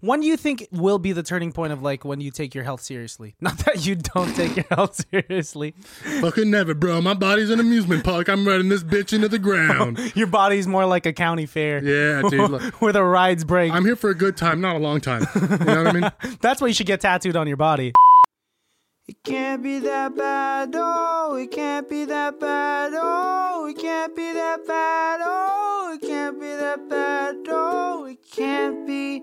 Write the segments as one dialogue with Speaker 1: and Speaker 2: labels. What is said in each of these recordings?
Speaker 1: When do you think will be the turning point of like when you take your health seriously? Not that you don't take your health seriously.
Speaker 2: Fucking never, bro. My body's an amusement park. I'm riding this bitch into the ground.
Speaker 1: Your body's more like a county fair.
Speaker 2: Yeah, dude. Look,
Speaker 1: Where the rides break.
Speaker 2: I'm here for a good time, not a long time. You know what I mean?
Speaker 1: That's why you should get tattooed on your body.
Speaker 3: It can't be that bad, oh, it can't be that bad, oh, it can't be that bad, oh, it can't be that bad, oh, it can't be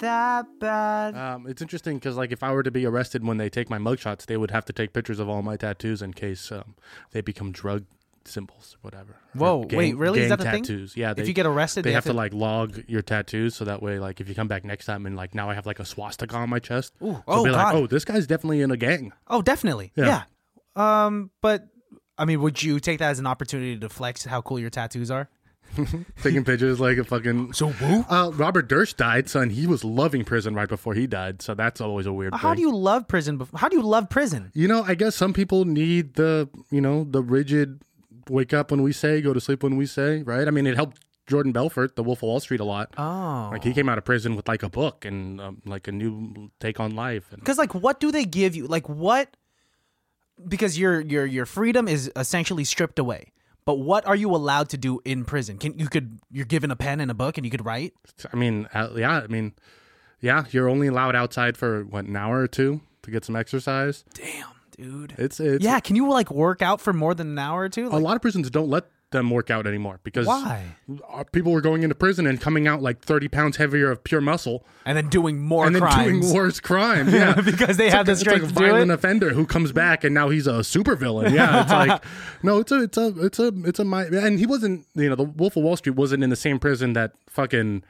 Speaker 3: that bad.
Speaker 2: Um, it's interesting because, like, if I were to be arrested when they take my mugshots, they would have to take pictures of all my tattoos in case um, they become drug symbols or whatever. Or
Speaker 1: Whoa,
Speaker 2: gang-
Speaker 1: wait, really? Is
Speaker 2: gang
Speaker 1: that a thing?
Speaker 2: tattoos. Yeah.
Speaker 1: If you get arrested,
Speaker 2: they, have, to, like log your tattoos so that way, like, if you come back next time and like now I have like a swastika on my chest, Ooh,
Speaker 1: oh,
Speaker 2: be like,
Speaker 1: God.
Speaker 2: oh, this guy's definitely in a gang.
Speaker 1: Oh, definitely. Yeah.
Speaker 2: Yeah.
Speaker 1: Um, but I mean, would you take that as an opportunity to flex how cool your tattoos are?
Speaker 2: taking pictures like a fucking. So
Speaker 1: woo.
Speaker 2: Uh, Robert Durst died, son. He was loving prison right before he died, so that's always a weird.
Speaker 1: How
Speaker 2: thing.
Speaker 1: do you love prison? bef- How do you love prison?
Speaker 2: You know, I guess some people need the you know the rigid wake up when we say, go to sleep when we say, right? I mean, it helped Jordan Belfort, The Wolf of Wall Street, a lot.
Speaker 1: Oh.
Speaker 2: Like he came out of prison with like a book and um, like a new take on life. And
Speaker 1: Because like, what do they give you? Like, what? Because your your your freedom is essentially stripped away. But what are you allowed to do in prison? Can you could you're given a pen and a book and you could write?
Speaker 2: I mean, uh, yeah, I mean, yeah, you're only allowed outside for what an hour or two to get some exercise.
Speaker 1: Damn, dude.
Speaker 2: It's it's
Speaker 1: yeah, can you like work out for more than an hour or two?
Speaker 2: A
Speaker 1: Like,
Speaker 2: lot of prisons don't let them work out anymore because
Speaker 1: Why?
Speaker 2: uh, people were going into prison and coming out like 30 pounds heavier of pure muscle
Speaker 1: and then doing more
Speaker 2: Oh. and then
Speaker 1: crimes.
Speaker 2: doing worse crimes. Yeah.
Speaker 1: Because they have the
Speaker 2: It's like
Speaker 1: strength
Speaker 2: a
Speaker 1: to do
Speaker 2: violent
Speaker 1: it.
Speaker 2: offender who comes back and now he's a supervillain. Yeah, it's like no, it's a it's a it's a it's a mi- and he wasn't you know the Wolf of Wall Street wasn't in the same prison that fucking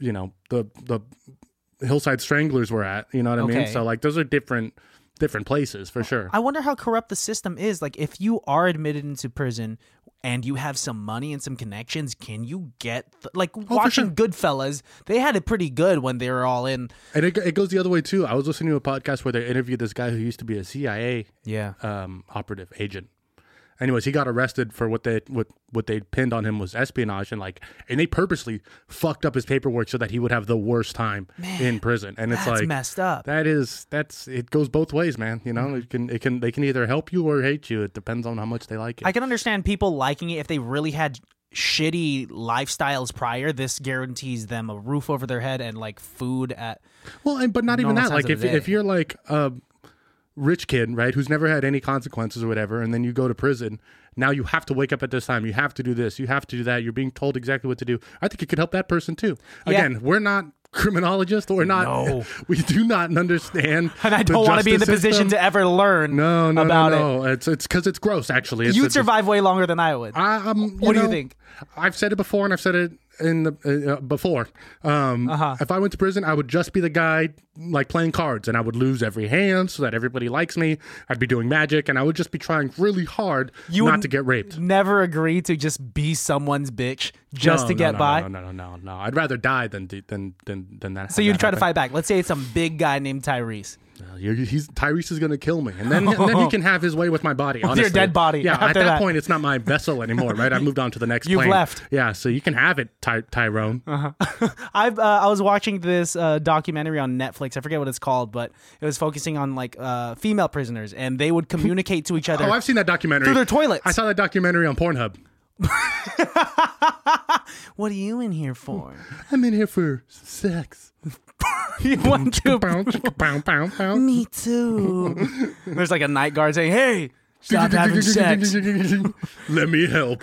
Speaker 2: you know the the Hillside Stranglers were at. You know what I mean?
Speaker 1: Okay.
Speaker 2: So like those are different different places for sure.
Speaker 1: I wonder how corrupt the system is. Like, if you are admitted into prison and you have some money and some connections, can you get th- like
Speaker 2: Oh,
Speaker 1: watching Goodfellas? They had it pretty good when they were all in.
Speaker 2: And it, it goes the other way too. I was listening to a podcast where they interviewed this guy who used to be a CIA
Speaker 1: Yeah.
Speaker 2: um, operative agent. Anyways, he got arrested for what they what what they pinned on him was espionage and like and they purposely fucked up his paperwork so that he would have the worst time in prison. And it's
Speaker 1: That's
Speaker 2: like
Speaker 1: messed up. Mm-hmm.
Speaker 2: that is that's it goes both ways, man. You know, it can it can they can either help you or hate you. It depends on how much they like it.
Speaker 1: I can understand people liking it if they really had shitty lifestyles prior. This guarantees them a roof over their head and like food at.
Speaker 2: Well, and but not even
Speaker 1: Normal
Speaker 2: that.
Speaker 1: times
Speaker 2: Like
Speaker 1: of
Speaker 2: if
Speaker 1: the day.
Speaker 2: if you're like a rich kid, right, who's never had any consequences or whatever, and then you go to prison, now you have to wake up at this time. You have to do this. You have to do that. You're being told exactly what to do. I think it could help that person too. Again, we're not criminologists. We're not.
Speaker 1: No.
Speaker 2: We do not understand.
Speaker 1: And I don't want to be in the
Speaker 2: justice
Speaker 1: position
Speaker 2: system.
Speaker 1: to ever learn
Speaker 2: No, no,
Speaker 1: about it.
Speaker 2: no, no. It's it's because it's gross. Actually, it's
Speaker 1: You'd
Speaker 2: it's-
Speaker 1: survive way longer than I would.
Speaker 2: I, um, you
Speaker 1: What do you
Speaker 2: know,
Speaker 1: think?
Speaker 2: I've said it before, and I've said it in the uh, before. Um,
Speaker 1: Uh-huh.
Speaker 2: If I went to prison, I would just be the guy like playing cards, and I would lose every hand so that everybody likes me. I'd be doing magic, and I would just be trying really hard
Speaker 1: You
Speaker 2: not
Speaker 1: would-
Speaker 2: to get raped.
Speaker 1: Never agree to just be someone's bitch just
Speaker 2: No,
Speaker 1: to
Speaker 2: no,
Speaker 1: get
Speaker 2: no,
Speaker 1: by.
Speaker 2: No, no, no, no, no. I'd rather die than do- than than than that.
Speaker 1: So you'd try to fight back. Let's say it's some big guy named Tyrese.
Speaker 2: You're, he's, Tyrese is going to kill me, and then and then he can have his way with my body.
Speaker 1: your
Speaker 2: honestly.
Speaker 1: dead body
Speaker 2: Yeah,
Speaker 1: after
Speaker 2: at that,
Speaker 1: that.
Speaker 2: point, it's not my vessel anymore, right? I moved on to the next.
Speaker 1: You've
Speaker 2: plane.
Speaker 1: left.
Speaker 2: Yeah, so you can have it, Ty- Tyrone.
Speaker 1: I've uh, I was watching this uh, documentary on Netflix. I forget what it's called, but it was focusing on like uh, female prisoners, and they would communicate to each other.
Speaker 2: Oh, I've seen that documentary.
Speaker 1: Through their toilets.
Speaker 2: I saw that documentary on Pornhub.
Speaker 1: what are you in here for?
Speaker 2: I'm in here for sex.
Speaker 1: you want to?
Speaker 2: Bow, chicka, bow, bow, bow.
Speaker 1: Me too. There's like a night guard saying, "Hey, stop having sex,"
Speaker 2: Let me help.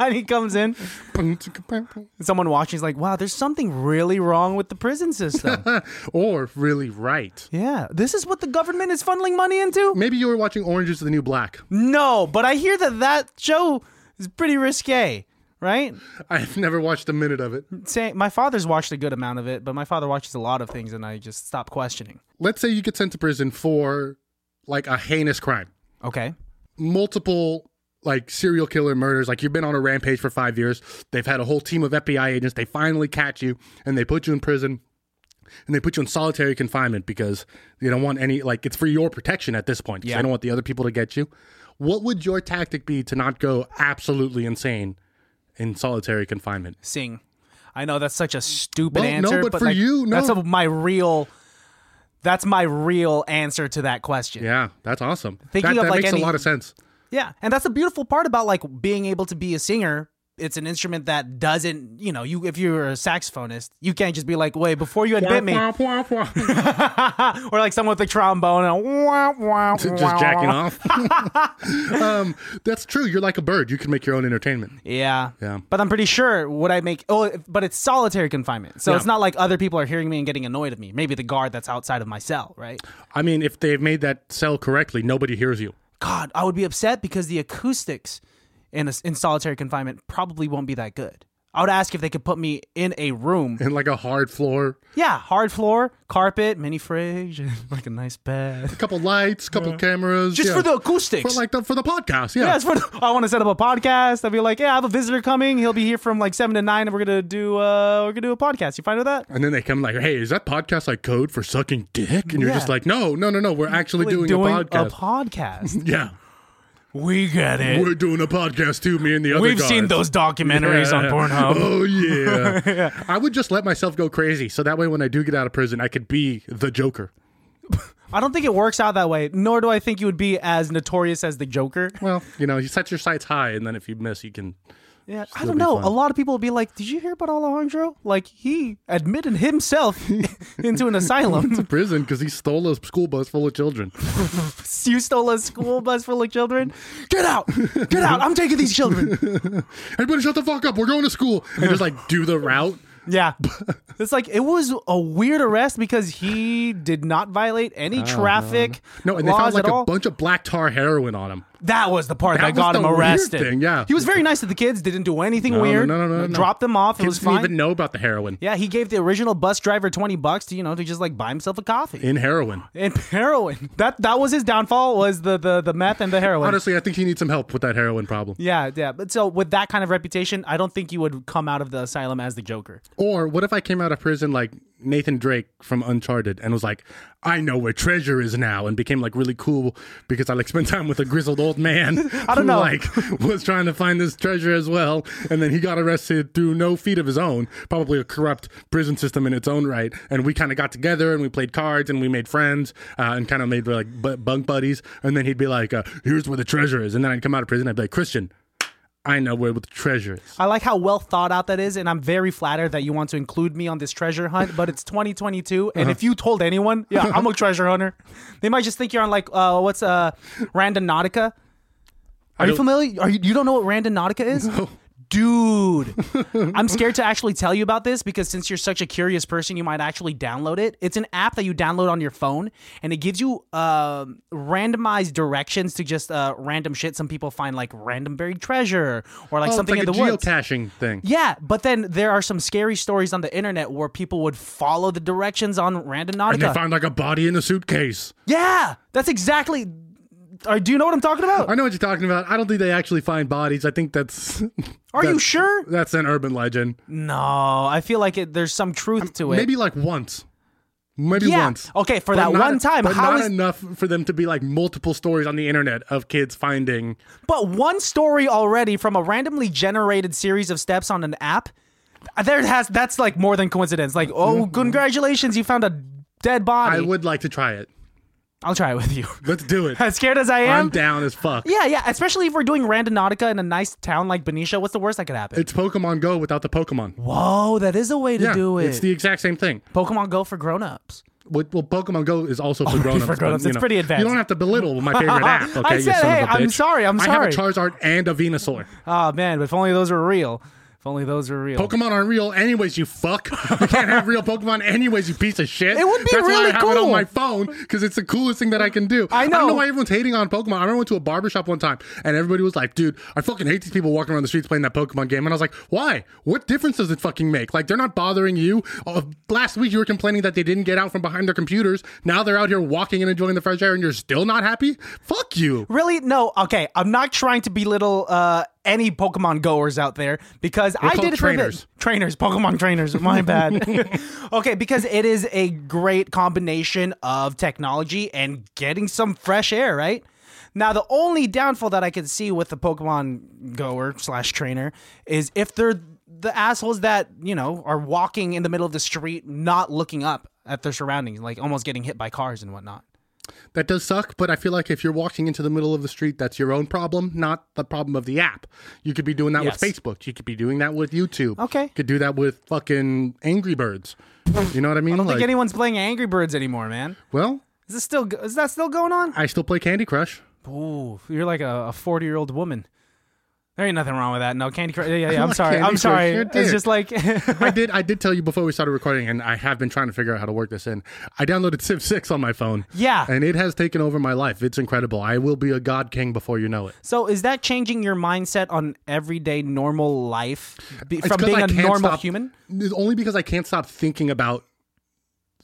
Speaker 1: and he comes in.
Speaker 2: Bow, chicka, bow, bow.
Speaker 1: And someone watching is like, "Wow, there's something really wrong with the prison system."
Speaker 2: or really right.
Speaker 1: yeah, this is what the government is funneling money into.
Speaker 2: Maybe you were watching Orange is the New Black.
Speaker 1: No, but I hear that that show is pretty risque, right?
Speaker 2: I've never watched a minute of it.
Speaker 1: Say, my father's watched a good amount of it, but my father watches a lot of things, and I just stop questioning.
Speaker 2: Let's say you get sent to prison for like a heinous crime.
Speaker 1: Okay,
Speaker 2: multiple like serial killer murders. Like you've been on a rampage for five years. They've had a whole team of FBI agents. They finally catch you and they put you in prison and they put you in solitary confinement because they don't want any like it's for your protection at this point. 'cause
Speaker 1: Yeah.
Speaker 2: They don't want the other people to get you. What would your tactic be to not go absolutely insane in solitary confinement?
Speaker 1: sing. I know that's such a stupid
Speaker 2: Well, no,
Speaker 1: answer,
Speaker 2: but for
Speaker 1: like,
Speaker 2: you, no.
Speaker 1: that's a, my real. That's my real answer to that question.
Speaker 2: Yeah, that's awesome.
Speaker 1: Thinking
Speaker 2: that
Speaker 1: of,
Speaker 2: that
Speaker 1: like,
Speaker 2: makes
Speaker 1: any-
Speaker 2: a lot of sense.
Speaker 1: Yeah, and that's the beautiful part about like being able to be a singer. It's an instrument that doesn't, you know, you if you're a saxophonist, you can't just be like, wait, before you admit me,
Speaker 2: Wah, wah, wah, wah.
Speaker 1: or like someone with a trombone and a wah, wah,
Speaker 2: Just jacking off. um, that's true. You're like a bird. You can make your own entertainment.
Speaker 1: Yeah.
Speaker 2: Yeah.
Speaker 1: But I'm pretty sure what I make. Oh, but it's solitary confinement, so it's not like other people are hearing me and getting annoyed at me. Maybe the guard that's outside of my cell, right?
Speaker 2: I mean, if they've made that cell correctly, nobody hears you.
Speaker 1: God, I would be upset because the acoustics in a, in solitary confinement probably won't be that good. I would ask if they could put me in a room.
Speaker 2: And like a hard floor,
Speaker 1: Yeah, hard floor, carpet, mini fridge, and like a nice bed.
Speaker 2: a couple lights, couple cameras.
Speaker 1: Just
Speaker 2: yeah.
Speaker 1: for the acoustics.
Speaker 2: for like the, for the podcast. Yeah.
Speaker 1: yeah, it's for the, I want to set up a podcast. I'd be like, yeah, I have a visitor coming. He'll be here from like seven to nine, and we're gonna do uh, we're gonna do a podcast. You fine with that?
Speaker 2: And then they come like, "Hey, is that podcast like code for sucking dick?" And you're
Speaker 1: Yeah.
Speaker 2: just like, "No, no, no, no. We're actually doing, a podcast."
Speaker 1: podcast.
Speaker 2: yeah,
Speaker 1: we get it.
Speaker 2: we're doing a podcast too. Me and the other.
Speaker 1: We've seen those
Speaker 2: guards.
Speaker 1: documentaries on
Speaker 2: Yeah.
Speaker 1: Pornhub.
Speaker 2: Oh yeah. I would just let myself go crazy, so that way when I do get out of prison, I could be the Joker.
Speaker 1: I don't think it works out that way, nor do I think you would be as notorious as the Joker.
Speaker 2: Well, you know, you set your sights high, and then if you miss, you can.
Speaker 1: Yeah, I
Speaker 2: Still
Speaker 1: don't
Speaker 2: be
Speaker 1: know.
Speaker 2: fun.
Speaker 1: A lot of people would be like, "Did you hear about Alejandro? Like he admitted himself into an asylum.
Speaker 2: Prison because he stole a school bus full of children.
Speaker 1: you stole a school bus full of children. Get out! Get out! I'm taking these children."
Speaker 2: Everybody, shut the fuck up! We're going to school, and just like do the route.
Speaker 1: Yeah. It's like it was a weird arrest because he did not violate any traffic
Speaker 2: Oh, No, and they
Speaker 1: laws
Speaker 2: found like
Speaker 1: at
Speaker 2: a
Speaker 1: all.
Speaker 2: bunch of black tar heroin on him.
Speaker 1: That was the part that,
Speaker 2: That
Speaker 1: got
Speaker 2: was
Speaker 1: him
Speaker 2: the weird
Speaker 1: arrested.
Speaker 2: thing, yeah.
Speaker 1: He was very nice to the kids, didn't do anything
Speaker 2: No, no,
Speaker 1: weird.
Speaker 2: no, no, no, no.
Speaker 1: Dropped them off. it
Speaker 2: Kids
Speaker 1: was
Speaker 2: didn't
Speaker 1: fine.
Speaker 2: even know about the heroin
Speaker 1: Yeah, he gave the original bus driver 20 bucks to, you know, to just like buy himself a coffee.
Speaker 2: in heroin.
Speaker 1: and heroin. That that was his downfall was the the, the meth and the heroin.
Speaker 2: Honestly, I think he needs some help with that heroin problem.
Speaker 1: yeah, yeah. But so with that kind of reputation, I don't think you would come out of the asylum as the Joker.
Speaker 2: Or what if I came out of prison like Nathan Drake from Uncharted and was like, I know where treasure is now, and became like really cool because I like spent time with a grizzled old man. I
Speaker 1: don't know.
Speaker 2: like was trying to find this treasure as well, and then he got arrested through no feat of his own, probably a corrupt prison system in its own right. And we kind of got together and we played cards and we made friends uh, and kind of made like bu- bunk buddies. And then he'd be like, uh, "Here's where the treasure is," and then I'd come out of prison. I'd be like, "Christian, I know where the treasure is."
Speaker 1: I like how well thought out that is, and I'm very flattered that you want to include me on this treasure hunt. But it's 2022, and
Speaker 2: Uh-huh.
Speaker 1: if you told anyone, yeah, I'm a treasure hunter, they might just think you're on like uh, what's uh, Randonautica. Are you
Speaker 2: don't-
Speaker 1: familiar? Are you you don't know what Randonautica is? Dude, I'm scared to actually tell you about this because since you're such a curious person, you might actually download it. It's an app that you download on your phone, and it gives you um randomized directions to just uh, random shit. Some people find like random buried treasure or like
Speaker 2: Oh, it's
Speaker 1: something
Speaker 2: like
Speaker 1: in
Speaker 2: a
Speaker 1: the woods.
Speaker 2: geocaching thing.
Speaker 1: Yeah, but then there are some scary stories on the internet where people would follow the directions on Randonautica.
Speaker 2: And they found like a body in a suitcase.
Speaker 1: yeah, that's exactly. Or do you know what I'm talking about?
Speaker 2: I know what you're talking about. I don't think they actually find bodies. I think that's.
Speaker 1: Are you
Speaker 2: that's-
Speaker 1: sure?
Speaker 2: That's an urban legend.
Speaker 1: No, I feel like it, there's some truth to it.
Speaker 2: Maybe like once. Maybe
Speaker 1: yeah.
Speaker 2: once.
Speaker 1: Okay, for
Speaker 2: But
Speaker 1: that
Speaker 2: not-
Speaker 1: one time,
Speaker 2: But
Speaker 1: how
Speaker 2: not
Speaker 1: is?
Speaker 2: enough for them to be like multiple stories on the internet of kids finding.
Speaker 1: But one story already from a randomly generated series of steps on an app. Uh, There has that's like more than coincidence. Like, oh, congratulations, you found a dead
Speaker 2: Mm-hmm. I
Speaker 1: body.
Speaker 2: would like to try it.
Speaker 1: I'll try it with you.
Speaker 2: Let's do it.
Speaker 1: As scared as I am,
Speaker 2: I'm down as fuck.
Speaker 1: Yeah, yeah. Especially if we're doing Randonautica in a nice town like Benicia. What's the worst that could happen?
Speaker 2: It's Pokemon Go without the Pokemon.
Speaker 1: Whoa, that is a way to
Speaker 2: yeah,
Speaker 1: do it.
Speaker 2: It's the exact same thing.
Speaker 1: Pokemon Go for grown-ups.
Speaker 2: Well, well, Pokemon Go is also for grown-ups. but,
Speaker 1: Oh, grown-ups.
Speaker 2: you
Speaker 1: It's
Speaker 2: know,
Speaker 1: pretty advanced.
Speaker 2: You don't have to belittle my favorite app. Okay,
Speaker 1: I
Speaker 2: you
Speaker 1: said,
Speaker 2: son
Speaker 1: hey,
Speaker 2: of a
Speaker 1: I'm
Speaker 2: bitch.
Speaker 1: sorry, I'm
Speaker 2: I have a
Speaker 1: sorry.
Speaker 2: Charizard and a Venusaur.
Speaker 1: Oh man, if only those were real. If only those were real.
Speaker 2: Pokemon aren't real, anyways. You fuck. You can't have real Pokemon, anyways. You piece of shit.
Speaker 1: It would be
Speaker 2: That's why
Speaker 1: really
Speaker 2: I have it
Speaker 1: cool.
Speaker 2: on my phone because it's the coolest thing that I can do.
Speaker 1: I
Speaker 2: I don't
Speaker 1: know.
Speaker 2: know why everyone's hating on Pokemon. I remember I went to a barbershop one time and everybody was like, "Dude, I fucking hate these people walking around the streets playing that Pokemon game." And I was like, "Why? What difference does it fucking make? Like, they're not bothering you. Uh, last week you were complaining that they didn't get out from behind their computers. Now they're out here walking and enjoying the fresh air, and you're still not happy. Fuck you."
Speaker 1: Really? No. Okay, I'm not trying to belittle uh, any Pokemon goers out there because I
Speaker 2: called
Speaker 1: did it for a bit.
Speaker 2: trainers.
Speaker 1: Trainers, Pokemon trainers. My bad. okay, because it is a great combination of technology and getting some fresh air, right? Now, the only downfall that I can see with the Pokemon goer slash trainer is if they're the assholes that you know are walking in the middle of the street, not looking up at their surroundings, like almost getting hit by cars and whatnot.
Speaker 2: That does suck, but I feel like if you're walking into the middle of the street, that's your own problem, not the problem of the app. You could be doing that with
Speaker 1: Yes.
Speaker 2: Facebook. You could be doing that with YouTube.
Speaker 1: Okay.
Speaker 2: You could do that with fucking Angry Birds. You know what I mean?
Speaker 1: I don't
Speaker 2: Like,
Speaker 1: think anyone's playing Angry Birds anymore, man.
Speaker 2: well,
Speaker 1: Is this still is that still going on?
Speaker 2: I still play Candy Crush.
Speaker 1: Ooh, you're like a forty year old woman. There ain't nothing wrong with that. No Candy Crush. Yeah, yeah, yeah. I'm
Speaker 2: Like
Speaker 1: sorry.
Speaker 2: Candy
Speaker 1: I'm sorry.
Speaker 2: Crush, you're a
Speaker 1: It's
Speaker 2: dick.
Speaker 1: just like
Speaker 2: I did. I did tell you before we started recording, and I have been trying to figure out how to work this in. I downloaded Civ Six on my phone.
Speaker 1: Yeah.
Speaker 2: and it has taken over my life. It's incredible. I will be a god king before you know it.
Speaker 1: So is that changing your mindset on everyday normal life be,
Speaker 2: It's
Speaker 1: from
Speaker 2: 'cause
Speaker 1: being
Speaker 2: I
Speaker 1: a
Speaker 2: can't
Speaker 1: normal
Speaker 2: stop-
Speaker 1: human?
Speaker 2: It's only because I can't stop thinking about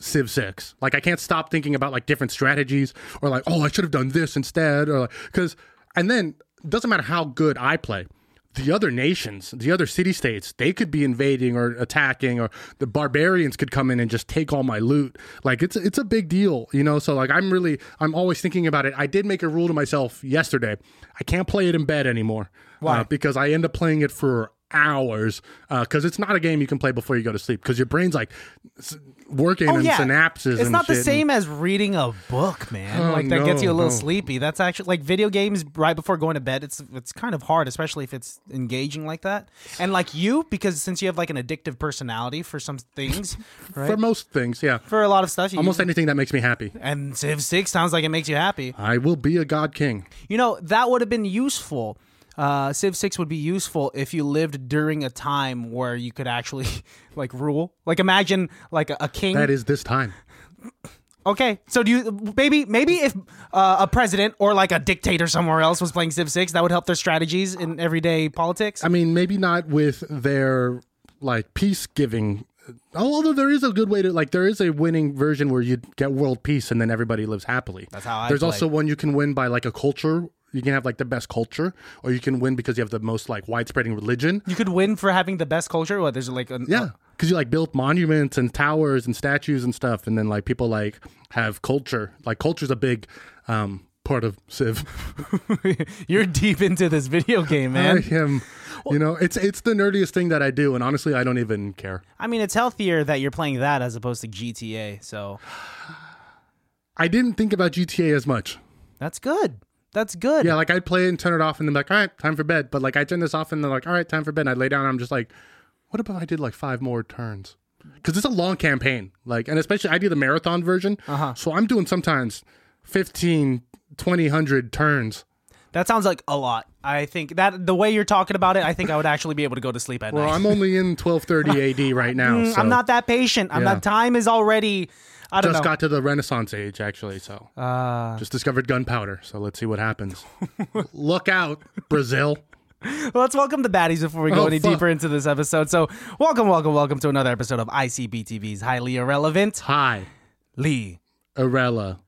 Speaker 2: Civ Six. Like I can't stop thinking about like different strategies, or like oh I should have done this instead, or because and then doesn't matter how good I play. The other nations, the other city states, they could be invading or attacking, or the barbarians could come in and just take all my loot. Like it's it's a big deal, you know. So like I'm really I'm always thinking about it. I did make a rule to myself yesterday. I can't play it in bed anymore. Why? because I end up playing it for hours because it's not a game you can play before you go to sleep because your brain's like s- working and synapses.
Speaker 1: Oh, It's
Speaker 2: and
Speaker 1: not the
Speaker 2: shit, and-
Speaker 1: same as reading a book, man.
Speaker 2: Oh,
Speaker 1: like that gets
Speaker 2: no,
Speaker 1: you a little
Speaker 2: no.
Speaker 1: sleepy. That's actually like video games right before going to bed. It's it's kind of hard, especially if it's engaging like that. And like you, because since you have like an addictive personality for some things, right? Mm-hmm.
Speaker 2: for most things. Yeah,
Speaker 1: For a lot of stuff, you
Speaker 2: almost anything that makes me happy.
Speaker 1: and Civ Six sounds like it makes you happy.
Speaker 2: I will be a god king.
Speaker 1: You know, that would have been useful. Uh, Civ 6 would be useful if you lived during a time where you could actually like rule. Like imagine like a, a king.
Speaker 2: That is this time.
Speaker 1: okay, so do you maybe maybe if uh, a president or like a dictator somewhere else was playing Civ 6, that would help their strategies in everyday politics.
Speaker 2: I mean, maybe not with their like peace giving. Although there is a good way to like, there is a winning version where you get world peace and then everybody lives happily. That's
Speaker 1: how I
Speaker 2: There's
Speaker 1: play.
Speaker 2: also one you can win by like a culture. You can have like the best culture, or you can win because you have the most like widespreading religion.
Speaker 1: you could win for having the best culture. What there's like an,
Speaker 2: Yeah, because you like built monuments and towers and statues and stuff, and then like people like have culture. Like culture's a big um, part of Civ.
Speaker 1: you're deep into this video game,
Speaker 2: I
Speaker 1: man.
Speaker 2: am, you know, it's it's the nerdiest thing that I do, and honestly, I don't even care.
Speaker 1: I mean, it's healthier that you're playing that as opposed to GTA. So
Speaker 2: I didn't think about GTA as much.
Speaker 1: that's good. That's good.
Speaker 2: Yeah, like I'd play it and turn it off, and then be like, all right, time for bed. But like I turn this off, and they're like, all right, time for bed. And I lay down, and I'm just like, what if I did like five more turns? Because it's a long campaign, like, and especially I do the marathon version, uh-huh. so I'm doing sometimes 15, 20, 100 turns.
Speaker 1: That sounds like a lot. I think that the way you're talking about it, I think I would actually be able to go to sleep at
Speaker 2: Well,
Speaker 1: night.
Speaker 2: I'm only in 1230 AD right now. So
Speaker 1: Mm, I'm not that patient. I'm
Speaker 2: Yeah.
Speaker 1: not. Time is already. I don't
Speaker 2: just
Speaker 1: know.
Speaker 2: got to the Renaissance age actually. So
Speaker 1: Ah.
Speaker 2: just discovered gunpowder. So let's see what happens. Look out, Brazil.
Speaker 1: Well, let's welcome the baddies before we go
Speaker 2: Oh,
Speaker 1: any
Speaker 2: fuck.
Speaker 1: deeper into this episode. So, welcome, welcome, welcome to another episode of ICBTV's highly irrelevant
Speaker 2: Hi,
Speaker 1: Lee.
Speaker 2: Arella.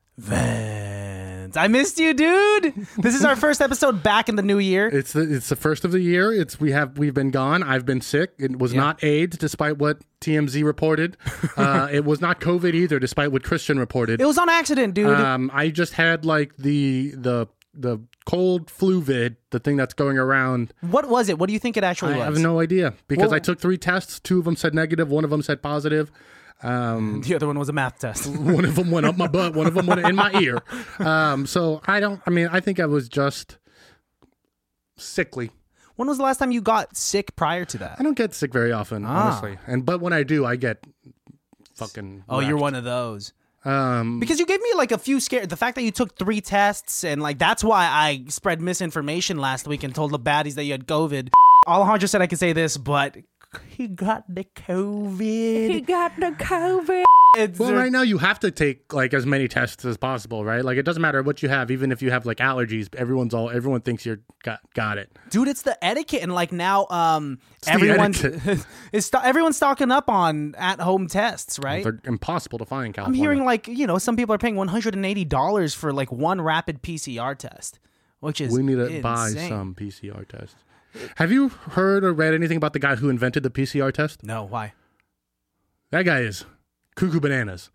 Speaker 1: Vance. I missed you, dude. This is our first episode back in the new year.
Speaker 2: It's the it's the first of the year. It's we have we've been gone. I've been sick. It was not AIDS, despite what TMZ reported. uh, it was not COVID either, despite what Christian reported.
Speaker 1: It was on accident, dude.
Speaker 2: Um, I just had like the the the cold flu vid, the thing that's going around
Speaker 1: what was it? What do you think it actually
Speaker 2: I
Speaker 1: was?
Speaker 2: have no idea because
Speaker 1: Well-
Speaker 2: I took three tests. Two of them said negative. One of them said positive. Um,
Speaker 1: the other one was a math test.
Speaker 2: One of them went up my butt. One of them went in my ear. Um, so I don't. I mean, I think I was just sickly.
Speaker 1: when was the last time you got sick prior to that?
Speaker 2: I don't get sick very often,
Speaker 1: Ah.
Speaker 2: honestly. And but when I do, I get fucking.
Speaker 1: Oh, you're one of those.
Speaker 2: Um,
Speaker 1: Because you gave me like a few scare. The fact that you took three tests and like that's why I spread misinformation last week and told the baddies that you had COVID. Alejandro said I could say this, but he got the COVID.
Speaker 4: got the COVID.
Speaker 1: It's,
Speaker 2: well, right now you have to take like as many tests as possible, right? Like it doesn't matter what you have, even if you have like allergies. Everyone's all everyone thinks you're got got it.
Speaker 1: Dude, it's the etiquette, and like now, um,
Speaker 2: the
Speaker 1: everyone's
Speaker 2: etiquette.
Speaker 1: is sto- everyone's stocking up on at-home tests, right?
Speaker 2: They're impossible to find in
Speaker 1: I'm
Speaker 2: California.
Speaker 1: hearing like you know some people are paying 180 dollars for like one rapid PCR test, which is
Speaker 2: We need to buy
Speaker 1: insane.
Speaker 2: some PCR tests. Have you heard or read anything about the guy who invented the PCR test?
Speaker 1: No, why?
Speaker 2: That guy is cuckoo bananas.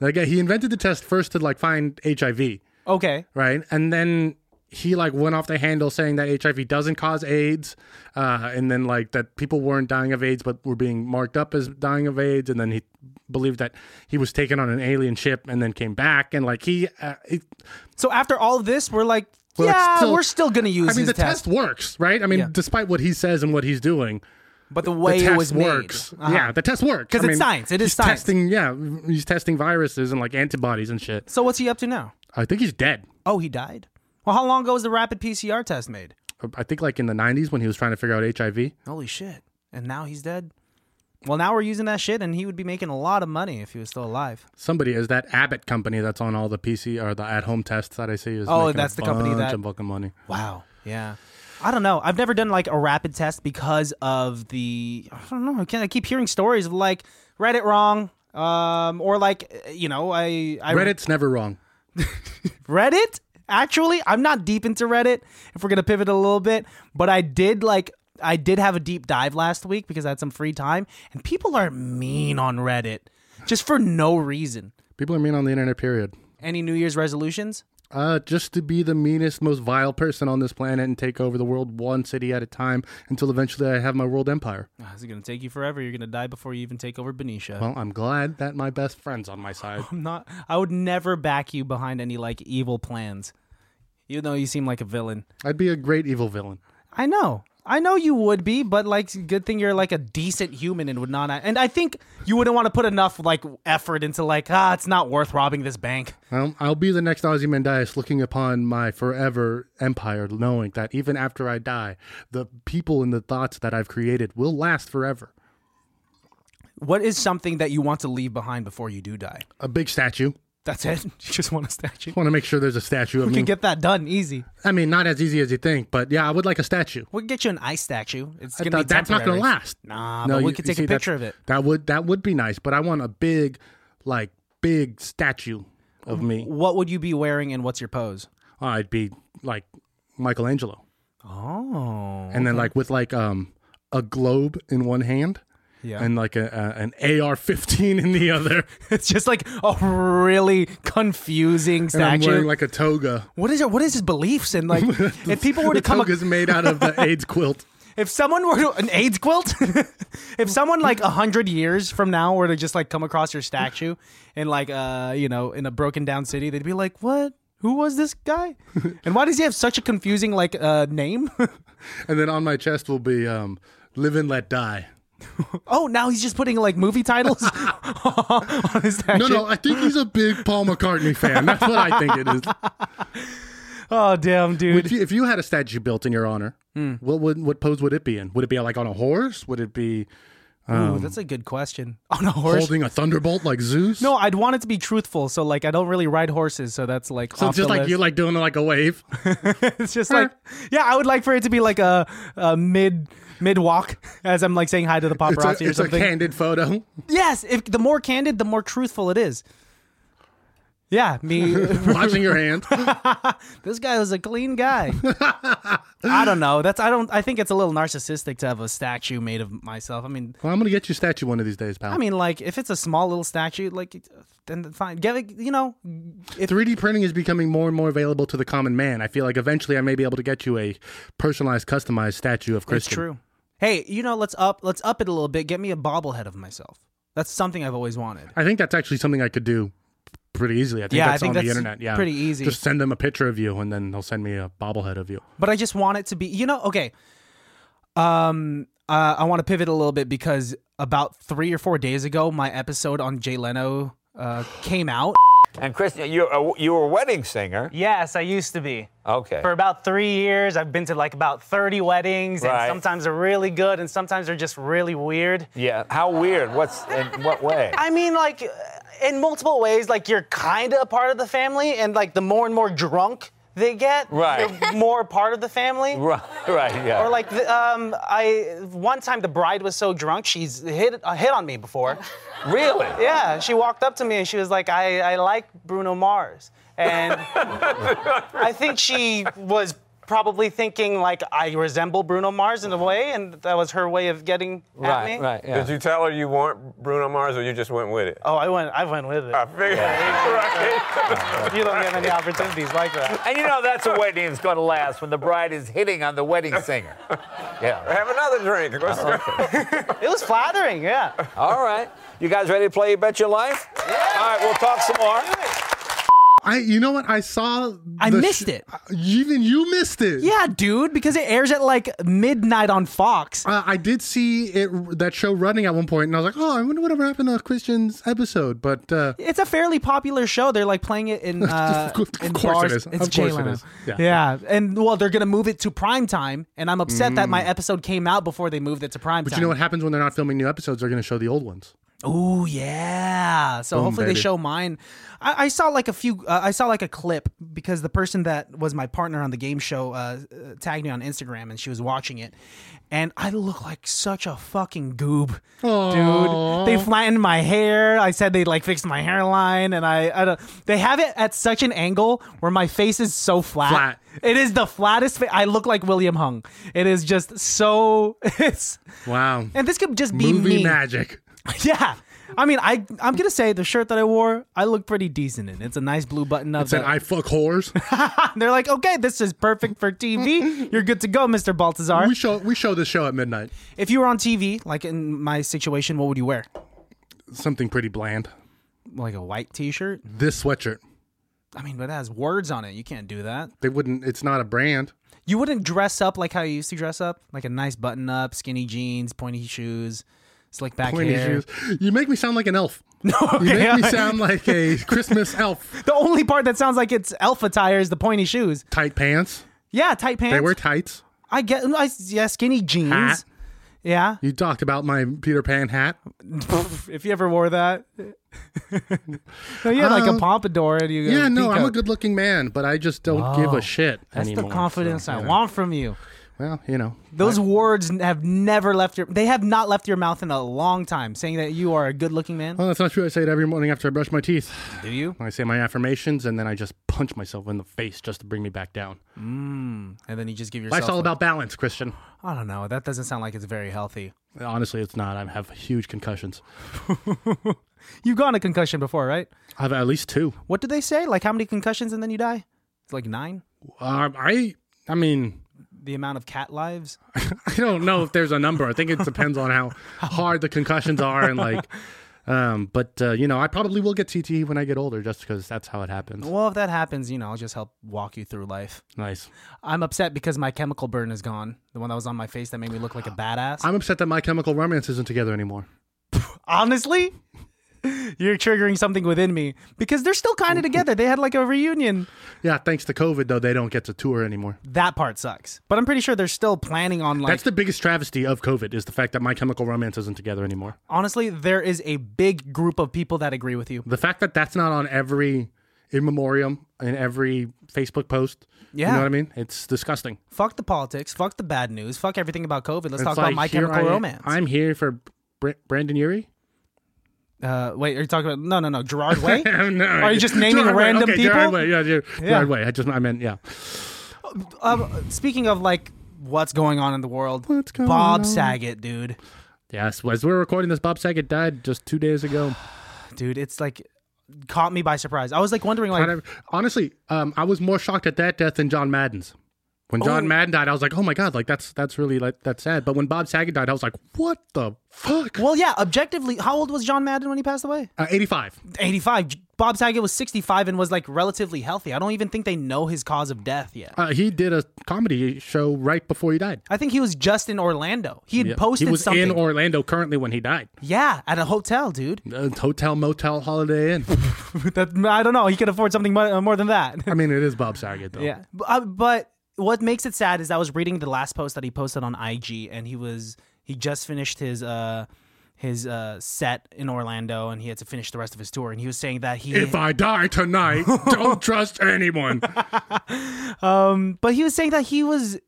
Speaker 2: that guy he invented the test first to like find HIV,
Speaker 1: Okay,
Speaker 2: right? And then he like went off the handle saying that HIV doesn't cause AIDS, uh, and then like that people weren't dying of AIDS but were being marked up as dying of AIDS, and then he believed that he was taken on an alien ship and then came back, and like he, uh, it,
Speaker 1: So after all of this, we're like,
Speaker 2: We're like,
Speaker 1: yeah,
Speaker 2: still-
Speaker 1: we're still gonna use
Speaker 2: I mean
Speaker 1: his
Speaker 2: the test. works, right? I mean,
Speaker 1: Yeah.
Speaker 2: despite what he says and what he's doing,
Speaker 1: but the
Speaker 2: the
Speaker 1: way
Speaker 2: test
Speaker 1: it was
Speaker 2: works.
Speaker 1: made. Uh-huh.
Speaker 2: Yeah, the test works
Speaker 1: 'Cause it's science. It is
Speaker 2: he's
Speaker 1: science.
Speaker 2: Testing, yeah, he's testing viruses and like antibodies and shit.
Speaker 1: So what's he up to now?
Speaker 2: I think he's dead.
Speaker 1: Oh, he died. Well, how long ago was the rapid PCR test made?
Speaker 2: I think like in the '90s when he was trying to figure out HIV.
Speaker 1: Holy shit! And now he's dead. Well, now we're using that shit, and he would be making a lot of money if he was still alive.
Speaker 2: Somebody is that Abbott company that's on all the PC or the at-home tests that I see is
Speaker 1: Oh,
Speaker 2: making
Speaker 1: that's
Speaker 2: a
Speaker 1: the company
Speaker 2: bunch
Speaker 1: that-
Speaker 2: of fucking money.
Speaker 1: Wow. Yeah. I don't know. I've never done like a rapid test because of the. I don't know. I, can't, I keep hearing stories of like read it wrong, um, or like you know, I I
Speaker 2: Reddit's never wrong.
Speaker 1: Reddit. Actually, I'm not deep into Reddit. If we're gonna pivot a little bit, but I did like I did have a deep dive last week because I had some free time, and people are mean on Reddit just for no reason.
Speaker 2: People are mean on the internet. Period.
Speaker 1: Any New Year's resolutions?
Speaker 2: Uh, just to be the meanest, most vile person on this planet and take over the world one city at a time until eventually I have my world empire.
Speaker 1: Ah, This is gonna take you forever. You're gonna die before you even take over Benicia.
Speaker 2: Well, I'm glad that my best friend's on my side.
Speaker 1: I'm not. I would never back you behind any like evil plans, even though you seem like a villain.
Speaker 2: I'd be a great evil villain.
Speaker 1: I know. I know you would be, but like, good thing you're like a decent human and would not. And I think you wouldn't want to put enough like effort into like, ah, it's not worth robbing this bank.
Speaker 2: Um, I'll be the next Ozymandias looking upon my forever empire, knowing that even after I die, the people and the thoughts that I've created will last forever.
Speaker 1: What is something that you want to leave behind before you do die?
Speaker 2: A big statue.
Speaker 1: That's it. You just want a statue.
Speaker 2: want to make sure there's a statue of
Speaker 1: We
Speaker 2: me.
Speaker 1: can get that done easy.
Speaker 2: I mean, not as easy as you think, but yeah, I would like a statue.
Speaker 1: We can get you an ice statue. It's gonna
Speaker 2: Th-
Speaker 1: be
Speaker 2: that's not
Speaker 1: temporary.
Speaker 2: going to last.
Speaker 1: Nah, Ah, but we
Speaker 2: you-
Speaker 1: could
Speaker 2: you
Speaker 1: take a
Speaker 2: see, that-
Speaker 1: picture of it.
Speaker 2: That would that would be nice, but I want a big, like big statue of me.
Speaker 1: What would you be wearing and what's your pose?
Speaker 2: I'd be like Michelangelo,
Speaker 1: Oh,
Speaker 2: and then like with like um a globe in one hand.
Speaker 1: Yeah.
Speaker 2: And like a, a an AR fifteen in the other,
Speaker 1: it's just like a really confusing
Speaker 2: and I'm
Speaker 1: statue.
Speaker 2: wearing like a toga.
Speaker 1: what is it? What is his beliefs? And like, if people were to
Speaker 2: The
Speaker 1: come,
Speaker 2: toga's made out of the AIDS quilt.
Speaker 1: if someone were to, an AIDS quilt, if someone like a hundred years from now were to just like come across your statue and like, uh, you know, in a broken down city, they'd be like, what? Who was this guy? And why does he have such a confusing like uh, name?
Speaker 2: And then on my chest will be um, "Live and Let Die."
Speaker 1: oh, now he's just putting like movie titles on his statue.
Speaker 2: No, no, I think he's a big Paul McCartney fan. That's what I think it is.
Speaker 1: Oh, damn, dude.
Speaker 2: If you, if you had a statue built in your honor,
Speaker 1: Hmm.
Speaker 2: what would what pose would it be in? Would it be like on a horse? Would it be
Speaker 1: Ooh, that's a good question. On a horse.
Speaker 2: holding a thunderbolt like Zeus?
Speaker 1: No, I'd want it to be truthful. So like, I don't really ride horses, so that's like
Speaker 2: so
Speaker 1: off
Speaker 2: just
Speaker 1: the
Speaker 2: like
Speaker 1: list.
Speaker 2: you like doing like a wave.
Speaker 1: it's just like, yeah, I would like for it to be like a, a mid mid walk as I'm like saying hi to the
Speaker 2: It's, a,
Speaker 1: paparazzi or
Speaker 2: it's a
Speaker 1: something.
Speaker 2: candid photo.
Speaker 1: yes, if the more candid, the more truthful it is. Yeah, me.
Speaker 2: Watching your hand.
Speaker 1: this guy was a clean guy. I don't know. That's I don't. I think it's a little narcissistic to have a statue made of myself. I mean,
Speaker 2: Well, I'm gonna get you a statue one of these days, pal.
Speaker 1: I mean, like if it's a small little statue, like then fine. Get it. You know,
Speaker 2: 3D printing is becoming more and more available to the common man. I feel like eventually I may be able to get you a personalized, customized statue of
Speaker 1: It's
Speaker 2: Christian.
Speaker 1: true. Hey, you know, let's up let's up it a little bit. Get me a bobblehead of myself. That's something I've always wanted.
Speaker 2: I think that's actually something I could do pretty easily. I think
Speaker 1: Yeah, I
Speaker 2: that's
Speaker 1: think
Speaker 2: on
Speaker 1: that's
Speaker 2: the internet. Yeah,
Speaker 1: pretty easy.
Speaker 2: Just send them a picture of you, and then they'll send me a bobblehead of you.
Speaker 1: But I just want it to be, you know, okay. Um uh, I want to pivot a little bit because about 3 or 4 days ago my episode on Jay Leno uh, came out.
Speaker 4: And Chris, you're a, you were a wedding singer.
Speaker 1: Yes, I used to be.
Speaker 4: Okay.
Speaker 1: For about three years, I've been to like about 30 weddings, and
Speaker 4: Right.
Speaker 1: sometimes they're really good, and sometimes they're just really weird.
Speaker 4: Yeah. How weird? What's in what way?
Speaker 1: I mean, like, uh, in multiple ways, like, you're kind of a part of the family, and like, the more and more drunk they get,
Speaker 4: Right.
Speaker 1: you're more part of the family.
Speaker 4: right. Right. Yeah.
Speaker 1: Or like, the, um, I one time the bride was so drunk she's hit uh, hit on me before.
Speaker 4: really?
Speaker 1: Yeah, she walked up to me and she was like, "I I like Bruno Mars," and I think she was
Speaker 5: probably thinking like I resemble Bruno Mars in a way, and that was her way of getting at me.
Speaker 6: Right, right. Yeah.
Speaker 7: Did you tell her you weren't Bruno Mars or you just went with it?
Speaker 5: Oh, I went. I went with it.
Speaker 7: I figured, right?
Speaker 5: you don't get many opportunities like that.
Speaker 4: And you know that's a wedding that's going to last when the bride is hitting on the wedding singer. Yeah.
Speaker 7: Have another drink. Let's go.
Speaker 5: It was flattering, yeah.
Speaker 6: All right.
Speaker 4: You guys ready to play You Bet Your Life? All right, we'll talk some more.
Speaker 2: I, you know what? I saw.
Speaker 1: I
Speaker 2: the
Speaker 1: missed it.
Speaker 2: Even you missed it.
Speaker 1: Yeah, dude, because it airs at like midnight on Fox.
Speaker 2: Uh, I did see it that show running at one point, and I was like, "Oh, I wonder whatever happened to Christian's episode." But uh,
Speaker 1: It's a fairly popular show. They're like playing it in. Uh,
Speaker 2: Of course
Speaker 1: in
Speaker 2: it
Speaker 1: bars.
Speaker 2: is.
Speaker 1: It's
Speaker 2: Of
Speaker 1: Jay
Speaker 2: course it
Speaker 1: Leno.
Speaker 2: is.
Speaker 1: Yeah.
Speaker 2: Yeah.
Speaker 1: and well, they're gonna move it to prime time, and I'm upset that my episode came out before they moved it to prime
Speaker 2: but
Speaker 1: time.
Speaker 2: you know what happens when they're not filming new episodes? They're going to show the old ones.
Speaker 1: Oh yeah. So hopefully they
Speaker 2: baby.
Speaker 1: show mine. I, I saw like a few. Uh, I saw like a clip because the person that was my partner on the game show uh, uh, tagged me on Instagram and she was watching it, and I look like such a fucking goob, dude. They flattened my hair. I said they like fixed my hairline, and I, I don't, they have it at such an angle where my face is so flat.
Speaker 2: Flat.
Speaker 1: It is the flattest. Fa- I look like William Hung. It is just so. It's
Speaker 2: Wow.
Speaker 1: and this could just be
Speaker 2: Movie
Speaker 1: me.
Speaker 2: magic.
Speaker 1: Yeah. I mean, I I'm gonna say the shirt that I wore, I look pretty decent in. It's a nice blue button up.
Speaker 2: It said, "I fuck whores."
Speaker 1: They're like, okay, this is perfect for TV. You're good to go, Mr. Baltazar.
Speaker 2: we show we show this show at midnight.
Speaker 1: If you were on TV, like in my situation, what would you wear?
Speaker 2: Something pretty bland.
Speaker 1: Like a white T-shirt?
Speaker 2: This sweatshirt.
Speaker 1: I mean, but it has words on it. You can't do that.
Speaker 2: They wouldn't. It's not a brand.
Speaker 1: You wouldn't dress up like how you used to dress up, like a nice button-up, skinny jeans, pointy shoes, slick back
Speaker 2: Pointy
Speaker 1: hair.
Speaker 2: shoes. You make me sound like an elf.
Speaker 1: No,
Speaker 2: You
Speaker 1: okay,
Speaker 2: make me
Speaker 1: alright.
Speaker 2: sound like a Christmas elf.
Speaker 1: the only part that sounds like it's alpha tire is the pointy shoes.
Speaker 2: Tight pants.
Speaker 1: Yeah, tight pants.
Speaker 2: They wear tights.
Speaker 1: I get, I, yeah, skinny jeans.
Speaker 2: Hat.
Speaker 1: Yeah.
Speaker 2: You talked about my Peter Pan hat.
Speaker 1: if you ever wore that. no, you had like a
Speaker 2: Um,
Speaker 1: pompadour and you.
Speaker 2: Yeah, no, I'm a
Speaker 1: peacock.
Speaker 2: good-looking man, but I just don't give a shit
Speaker 1: That's
Speaker 2: anymore.
Speaker 1: the confidence
Speaker 2: so,
Speaker 1: I
Speaker 2: yeah.
Speaker 1: want from you.
Speaker 2: Well, you know,
Speaker 1: Those words have never left your. They have not left your mouth in a long time. Saying that you are a good-looking man.
Speaker 2: Well, that's not true. I say it every morning after I brush my teeth.
Speaker 1: Do you?
Speaker 2: I say my affirmations, and then I just punch myself in the face just to bring me back down.
Speaker 1: And then you just give yourself.
Speaker 2: Life's all about balance, Christian.
Speaker 1: I don't know. That doesn't sound like it's very healthy.
Speaker 2: Honestly, it's not. I have huge concussions.
Speaker 1: You've gone a concussion before, right?
Speaker 2: I have at least two.
Speaker 1: What do they say? Like how many concussions and then you die? It's like nine.
Speaker 2: Um, I, I mean,
Speaker 1: The amount of cat lives.
Speaker 2: I don't know if there's a number. I think it depends on how hard the concussions are and like. Um, but uh, you know, I probably will get CTE when I get older, just because that's how it happens.
Speaker 1: Well, if that happens, you know, I'll just help walk you through life.
Speaker 2: Nice.
Speaker 1: I'm upset because my chemical burn is gone. The one that was on my face that made me look like a badass.
Speaker 2: I'm upset that my Chemical Romance isn't together anymore.
Speaker 1: honestly you're triggering something within me because they're still kind of together they had like a reunion
Speaker 2: Yeah, thanks to COVID though, they don't get to tour anymore.
Speaker 1: that part sucks but i'm pretty sure they're still planning on like
Speaker 2: That's the biggest travesty of COVID is the fact that My Chemical Romance isn't together anymore.
Speaker 1: honestly there is a big group of people that agree with you
Speaker 2: The fact that that's not on every in memoriam in every Facebook post.
Speaker 1: Yeah.
Speaker 2: you know what I mean. It's disgusting.
Speaker 1: fuck the politics fuck the bad news fuck everything about covid let's
Speaker 2: it's
Speaker 1: talk
Speaker 2: like,
Speaker 1: about my
Speaker 2: here
Speaker 1: chemical
Speaker 2: I-
Speaker 1: romance
Speaker 2: I'm here for Br- Brandon Urie.
Speaker 1: uh, wait are you talking about no no no gerard way
Speaker 2: Oh, no,
Speaker 1: Are you just naming
Speaker 2: Gerard Way.
Speaker 1: random
Speaker 2: okay,
Speaker 1: people?
Speaker 2: Gerard Way. Yeah, yeah. Gerard Way. I just I meant yeah.
Speaker 1: uh, speaking of like what's going on in the world
Speaker 2: What's going
Speaker 1: bob
Speaker 2: on?
Speaker 1: saget dude
Speaker 2: Yes, as we're recording this, Bob Saget died just two days ago.
Speaker 1: dude it's like caught me by surprise i was like wondering like
Speaker 2: Kind of- honestly, um, I was more shocked at that death than John Madden's. When John Madden died, I was like, "Oh my god, like that's that's really like that's sad." But when Bob Saget died, I was like, "What the fuck?"
Speaker 1: well yeah objectively how old was john madden when he passed away
Speaker 2: Uh, Eighty-five.
Speaker 1: 85. J- Bob Saget was 65 and was like relatively healthy. I don't even think they know his cause of death yet.
Speaker 2: Uh, he did a comedy show right before he died.
Speaker 1: I think he was just in Orlando. He had
Speaker 2: Yeah.
Speaker 1: posted
Speaker 2: he was
Speaker 1: something.
Speaker 2: in Orlando currently when he died.
Speaker 1: yeah, at a hotel, dude.
Speaker 2: Uh, hotel, motel, Holiday Inn.
Speaker 1: That- I don't know. He could afford something mo- uh, more than that.
Speaker 2: I mean, it is Bob Saget though.
Speaker 1: yeah. But, uh, but what makes it sad is I was reading the last post that he posted on IG and he was he just finished his uh his uh set in Orlando and he had to finish the rest of his tour and he was saying that he
Speaker 2: If I die tonight, don't trust anyone.
Speaker 1: Um, but he was saying that he was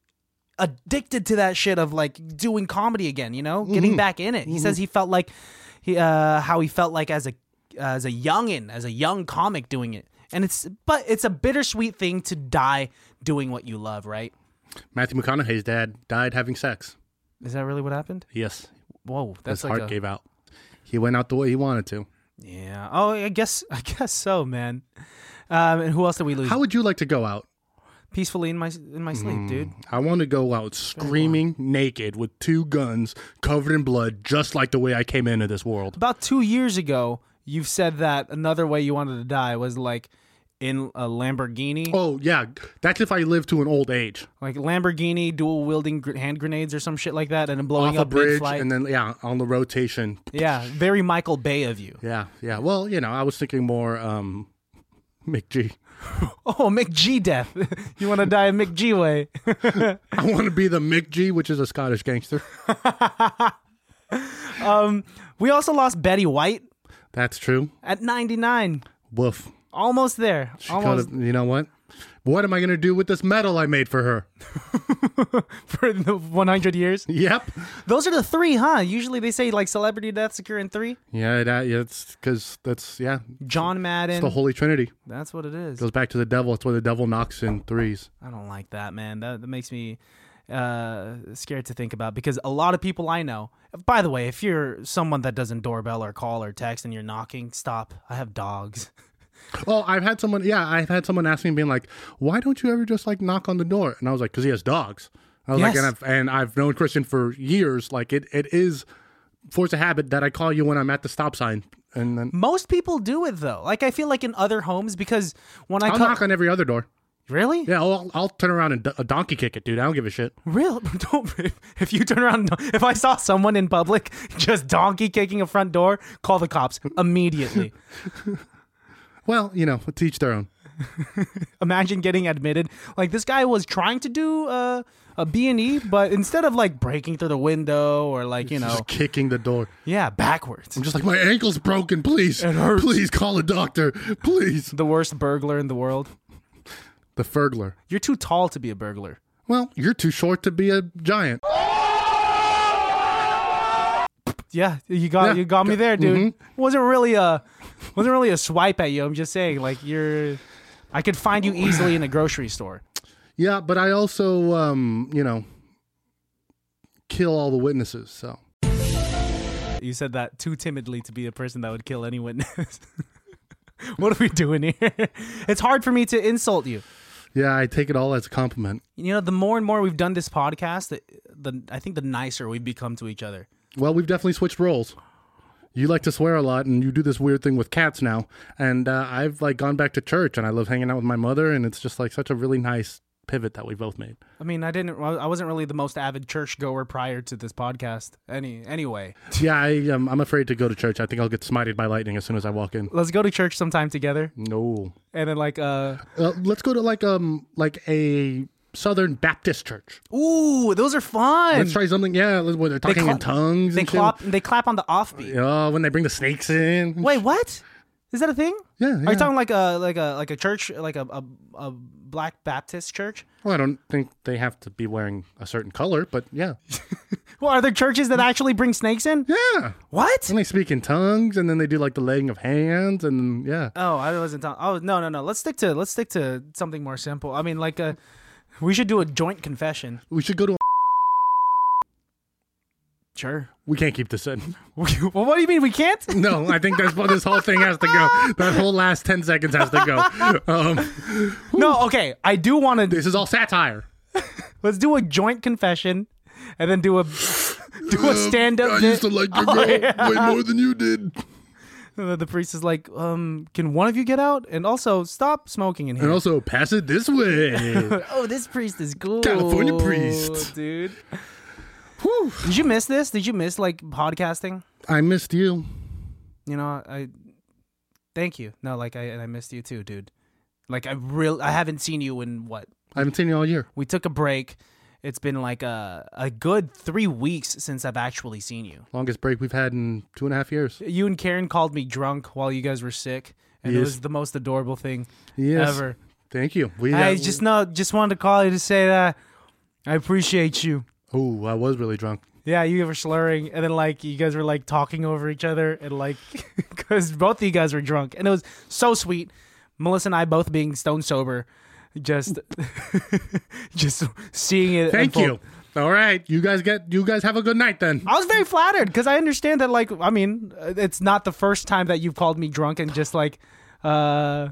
Speaker 1: addicted to that shit of like doing comedy again, you know, getting back in it. He says he felt like he uh how he felt like as a as a youngin, as a young comic doing it. And it's but it's a bittersweet thing to die doing what you love, right?
Speaker 2: Matthew McConaughey's dad died having sex.
Speaker 1: Is that really what happened?
Speaker 2: Yes,
Speaker 1: Whoa, that's
Speaker 2: his
Speaker 1: like
Speaker 2: heart
Speaker 1: a,
Speaker 2: gave out. He went out the way he wanted to.
Speaker 1: yeah. Oh, I guess I guess so, man. Um, and who else did we lose?
Speaker 2: How Hmm. would you like to go out?
Speaker 1: Peacefully in my in my sleep, dude.
Speaker 2: I want to go out screaming naked with two guns, covered in blood, just like the way I came into this world.
Speaker 1: About two years ago, you've said that another way you wanted to die was like in a Lamborghini,
Speaker 2: Oh yeah, that's if I live to an old age,
Speaker 1: like Lamborghini dual wielding gr- hand grenades or some shit like that, and then blowing
Speaker 2: off a
Speaker 1: up mid
Speaker 2: bridge,
Speaker 1: flight.
Speaker 2: and then yeah, on the rotation.
Speaker 1: yeah, very Michael Bay of you.
Speaker 2: Yeah, yeah. Well, you know, I was thinking more um, McG.
Speaker 1: Oh, McG death. you want to die a McG way?
Speaker 2: I want to be the McG, which is a Scottish gangster.
Speaker 1: We also lost Betty White
Speaker 2: That's true.
Speaker 1: at 99.
Speaker 2: Woof.
Speaker 1: Almost there.
Speaker 2: She could've-
Speaker 1: Almost
Speaker 2: you know what? What am I gonna do with this medal I made for her?
Speaker 1: for the 100 years.
Speaker 2: Yep.
Speaker 1: Those are the three, huh? Usually they say like celebrity deaths occur in three.
Speaker 2: Yeah, that, yeah, it's because that's yeah,
Speaker 1: John Madden.
Speaker 2: the Holy Trinity
Speaker 1: That's what it is.
Speaker 2: goes back to the devil. That's why the devil knocks in threes.
Speaker 1: I don't like that, man. That, that makes me uh, scared to think about because a lot of people I know. By the way, if you're someone that doesn't doorbell or call or text and you're knocking, stop. I have dogs.
Speaker 2: Oh, I've had someone. Yeah, I've had someone ask me, being like, "Why don't you ever just like knock on the door?" And I was like, "Cause he has dogs." I was like,
Speaker 1: Yes.
Speaker 2: and I've, and I've known Christian for years. Like it, it is force a habit that I call you when I'm at the stop sign, and then
Speaker 1: Most people do it though. Like I feel like in other homes because when I
Speaker 2: I'll
Speaker 1: co-
Speaker 2: knock on every other door.
Speaker 1: really,
Speaker 2: Yeah, I'll, I'll turn around and do- a donkey kick it, dude. I don't give a shit.
Speaker 1: real don't if you turn around if I saw someone in public just donkey kicking a front door, call the cops immediately.
Speaker 2: Well, you know, to each their own.
Speaker 1: imagine getting admitted like this guy was trying to do uh, a b&e but instead of like breaking through the window or like you know
Speaker 2: Just kicking the door.
Speaker 1: yeah backwards
Speaker 2: I'm just like, my ankle's broken. Please, please call a doctor. Please,
Speaker 1: the worst burglar in the world
Speaker 2: the burglar.
Speaker 1: you're too tall to be a burglar
Speaker 2: Well, you're too short to be a giant.
Speaker 1: yeah you got
Speaker 2: Yeah.
Speaker 1: you got mm-hmm. me there dude wasn't really a wasn't really a swipe at you i'm just saying like you're i could find you easily in a grocery store
Speaker 2: Yeah, but I also, um, you know, kill all the witnesses. So
Speaker 1: you said that too timidly to be a person that would kill any witness what are we doing here it's hard for me to insult you
Speaker 2: yeah, I take it all as a compliment.
Speaker 1: you know the more and more we've done this podcast the, the i think the nicer we've become to each other
Speaker 2: Well, we've definitely switched roles. You like to swear a lot, and you do this weird thing with cats now. And uh, I've like gone back to church, and I love hanging out with my mother. And it's just like such a really nice pivot that we both made.
Speaker 1: i mean i didn't i wasn't really the most avid churchgoer prior to this podcast any anyway
Speaker 2: Yeah, I, um, I'm afraid to go to church. I think I'll get smited by lightning as soon as I walk in.
Speaker 1: let's go to church sometime together
Speaker 2: No,
Speaker 1: and then like uh
Speaker 2: uh, let's go to like um like a Southern Baptist church.
Speaker 1: ooh those are fun
Speaker 2: Let's try something. Yeah, where they're talking
Speaker 1: cla-
Speaker 2: in tongues.
Speaker 1: they
Speaker 2: and
Speaker 1: clap
Speaker 2: Shit.
Speaker 1: they clap on the offbeat
Speaker 2: Yeah, when they bring the snakes in.
Speaker 1: wait what is that a thing
Speaker 2: Yeah,
Speaker 1: are
Speaker 2: yeah.
Speaker 1: you talking like a like a like a church like a a, a black baptist church
Speaker 2: Well, I don't think they have to be wearing a certain color, but yeah.
Speaker 1: well are there churches that actually bring snakes in
Speaker 2: Mm. Yeah.
Speaker 1: what
Speaker 2: And they speak in tongues and then they do like the laying of hands and yeah.
Speaker 1: Oh, I wasn't talking. Oh, no, no, no. Let's stick to let's stick to something more simple. I mean, like uh we should do a joint confession.
Speaker 2: We should go to
Speaker 1: Sure.
Speaker 2: We can't keep this in.
Speaker 1: well, what do you mean we can't?
Speaker 2: No, I think that's this whole thing has to go. That whole last 10 seconds has to go. Um,
Speaker 1: no, okay. I do want to.
Speaker 2: this is all satire.
Speaker 1: Let's do a joint confession, and then do a do
Speaker 2: Um,
Speaker 1: a stand up. Oh,
Speaker 2: like your girl way more than you did.
Speaker 1: the priest is like, um, can one of you get out? And also, stop smoking in here.
Speaker 2: And also, pass it this way.
Speaker 1: oh, this priest is cool.
Speaker 2: California priest.
Speaker 1: dude. Did you miss this? Did you miss like podcasting?
Speaker 2: I missed you.
Speaker 1: you know, I thank you. No, like I and I missed you too, dude. Like I real I haven't seen you in what?
Speaker 2: I haven't seen you all year.
Speaker 1: We took a break. It's been like a a good 3 weeks since I've actually seen you.
Speaker 2: Longest break we've had in two and a half years.
Speaker 1: You and Karen called me drunk while you guys were sick. And it
Speaker 2: Yes.
Speaker 1: was the most adorable thing
Speaker 2: Yes.
Speaker 1: ever.
Speaker 2: Thank you. We
Speaker 1: I
Speaker 2: uh,
Speaker 1: just no, just wanted to call you to say that I appreciate you.
Speaker 2: Oh, I was really drunk.
Speaker 1: Yeah, you were slurring, and then like you guys were like talking over each other, and like because both of you guys were drunk, and it was so sweet. Melissa and I both being stone sober, just just seeing it.
Speaker 2: Thank
Speaker 1: unfold.
Speaker 2: you. All right, you guys get you guys have a good night then.
Speaker 1: I was very flattered because I understand that, like, I mean, uh, it's not the first time that you've called me drunk and just like uh,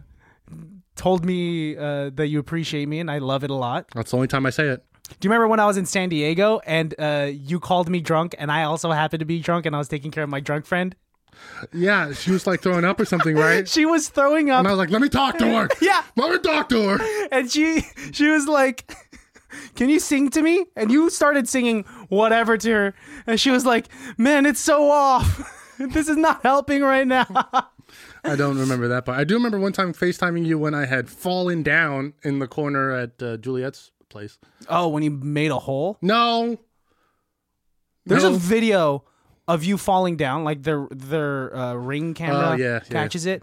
Speaker 1: told me uh, that you appreciate me and I love it a lot.
Speaker 2: That's the only time I say it.
Speaker 1: Do you remember when I was in San Diego and uh, you called me drunk and I also happened to be drunk and I was taking care of my drunk friend?
Speaker 2: Yeah, she was like throwing up or something, right?
Speaker 1: She was throwing up
Speaker 2: And I was like, let me talk to her.
Speaker 1: Yeah.
Speaker 2: Let me talk to her.
Speaker 1: and she she was like can you sing to me and you started singing whatever to her and she was like man it's so off this is not helping right now
Speaker 2: I don't remember that part. I do remember one time FaceTiming you when I had fallen down in the corner at uh, Juliet's place.
Speaker 1: oh when you made a hole
Speaker 2: No.
Speaker 1: there's
Speaker 2: No.
Speaker 1: a video of you falling down like their their uh, ring camera
Speaker 2: Oh, yeah, yeah.
Speaker 1: catches it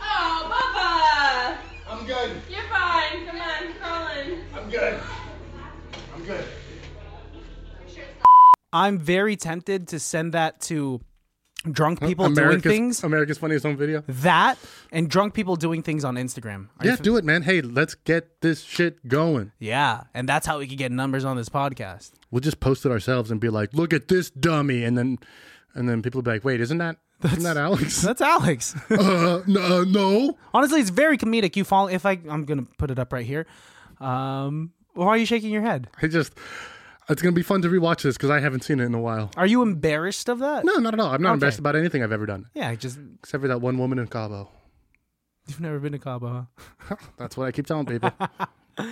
Speaker 6: Oh, Papa!
Speaker 8: I'm good.
Speaker 6: You're fine. Come on, Colin.
Speaker 8: I'm good. I'm good.
Speaker 1: i'm very tempted to send that to drunk people
Speaker 2: America's,
Speaker 1: doing things
Speaker 2: America's Funniest Home Video.
Speaker 1: that and drunk people doing things on instagram Are you
Speaker 2: Yeah, do it, man. Hey, let's get this shit going.
Speaker 1: Yeah, and that's how we could get numbers on this podcast.
Speaker 2: We'll just post it ourselves and be like, look at this dummy. And then and then people will be like, wait, isn't that, isn't that Alex?
Speaker 1: That's Alex.
Speaker 2: uh, no, uh, no.
Speaker 1: Honestly, it's very comedic. You fall if I I'm gonna put it up right here. Um, why are you shaking your head?
Speaker 2: I just, it's going to be fun to rewatch this because I haven't seen it in a while.
Speaker 1: Are you embarrassed of that?
Speaker 2: No, not at all. I'm not embarrassed about anything I've ever done,
Speaker 1: Yeah, just
Speaker 2: except for that one woman in Cabo.
Speaker 1: you've never been to Cabo. Huh?
Speaker 2: That's what I keep telling people.
Speaker 1: Do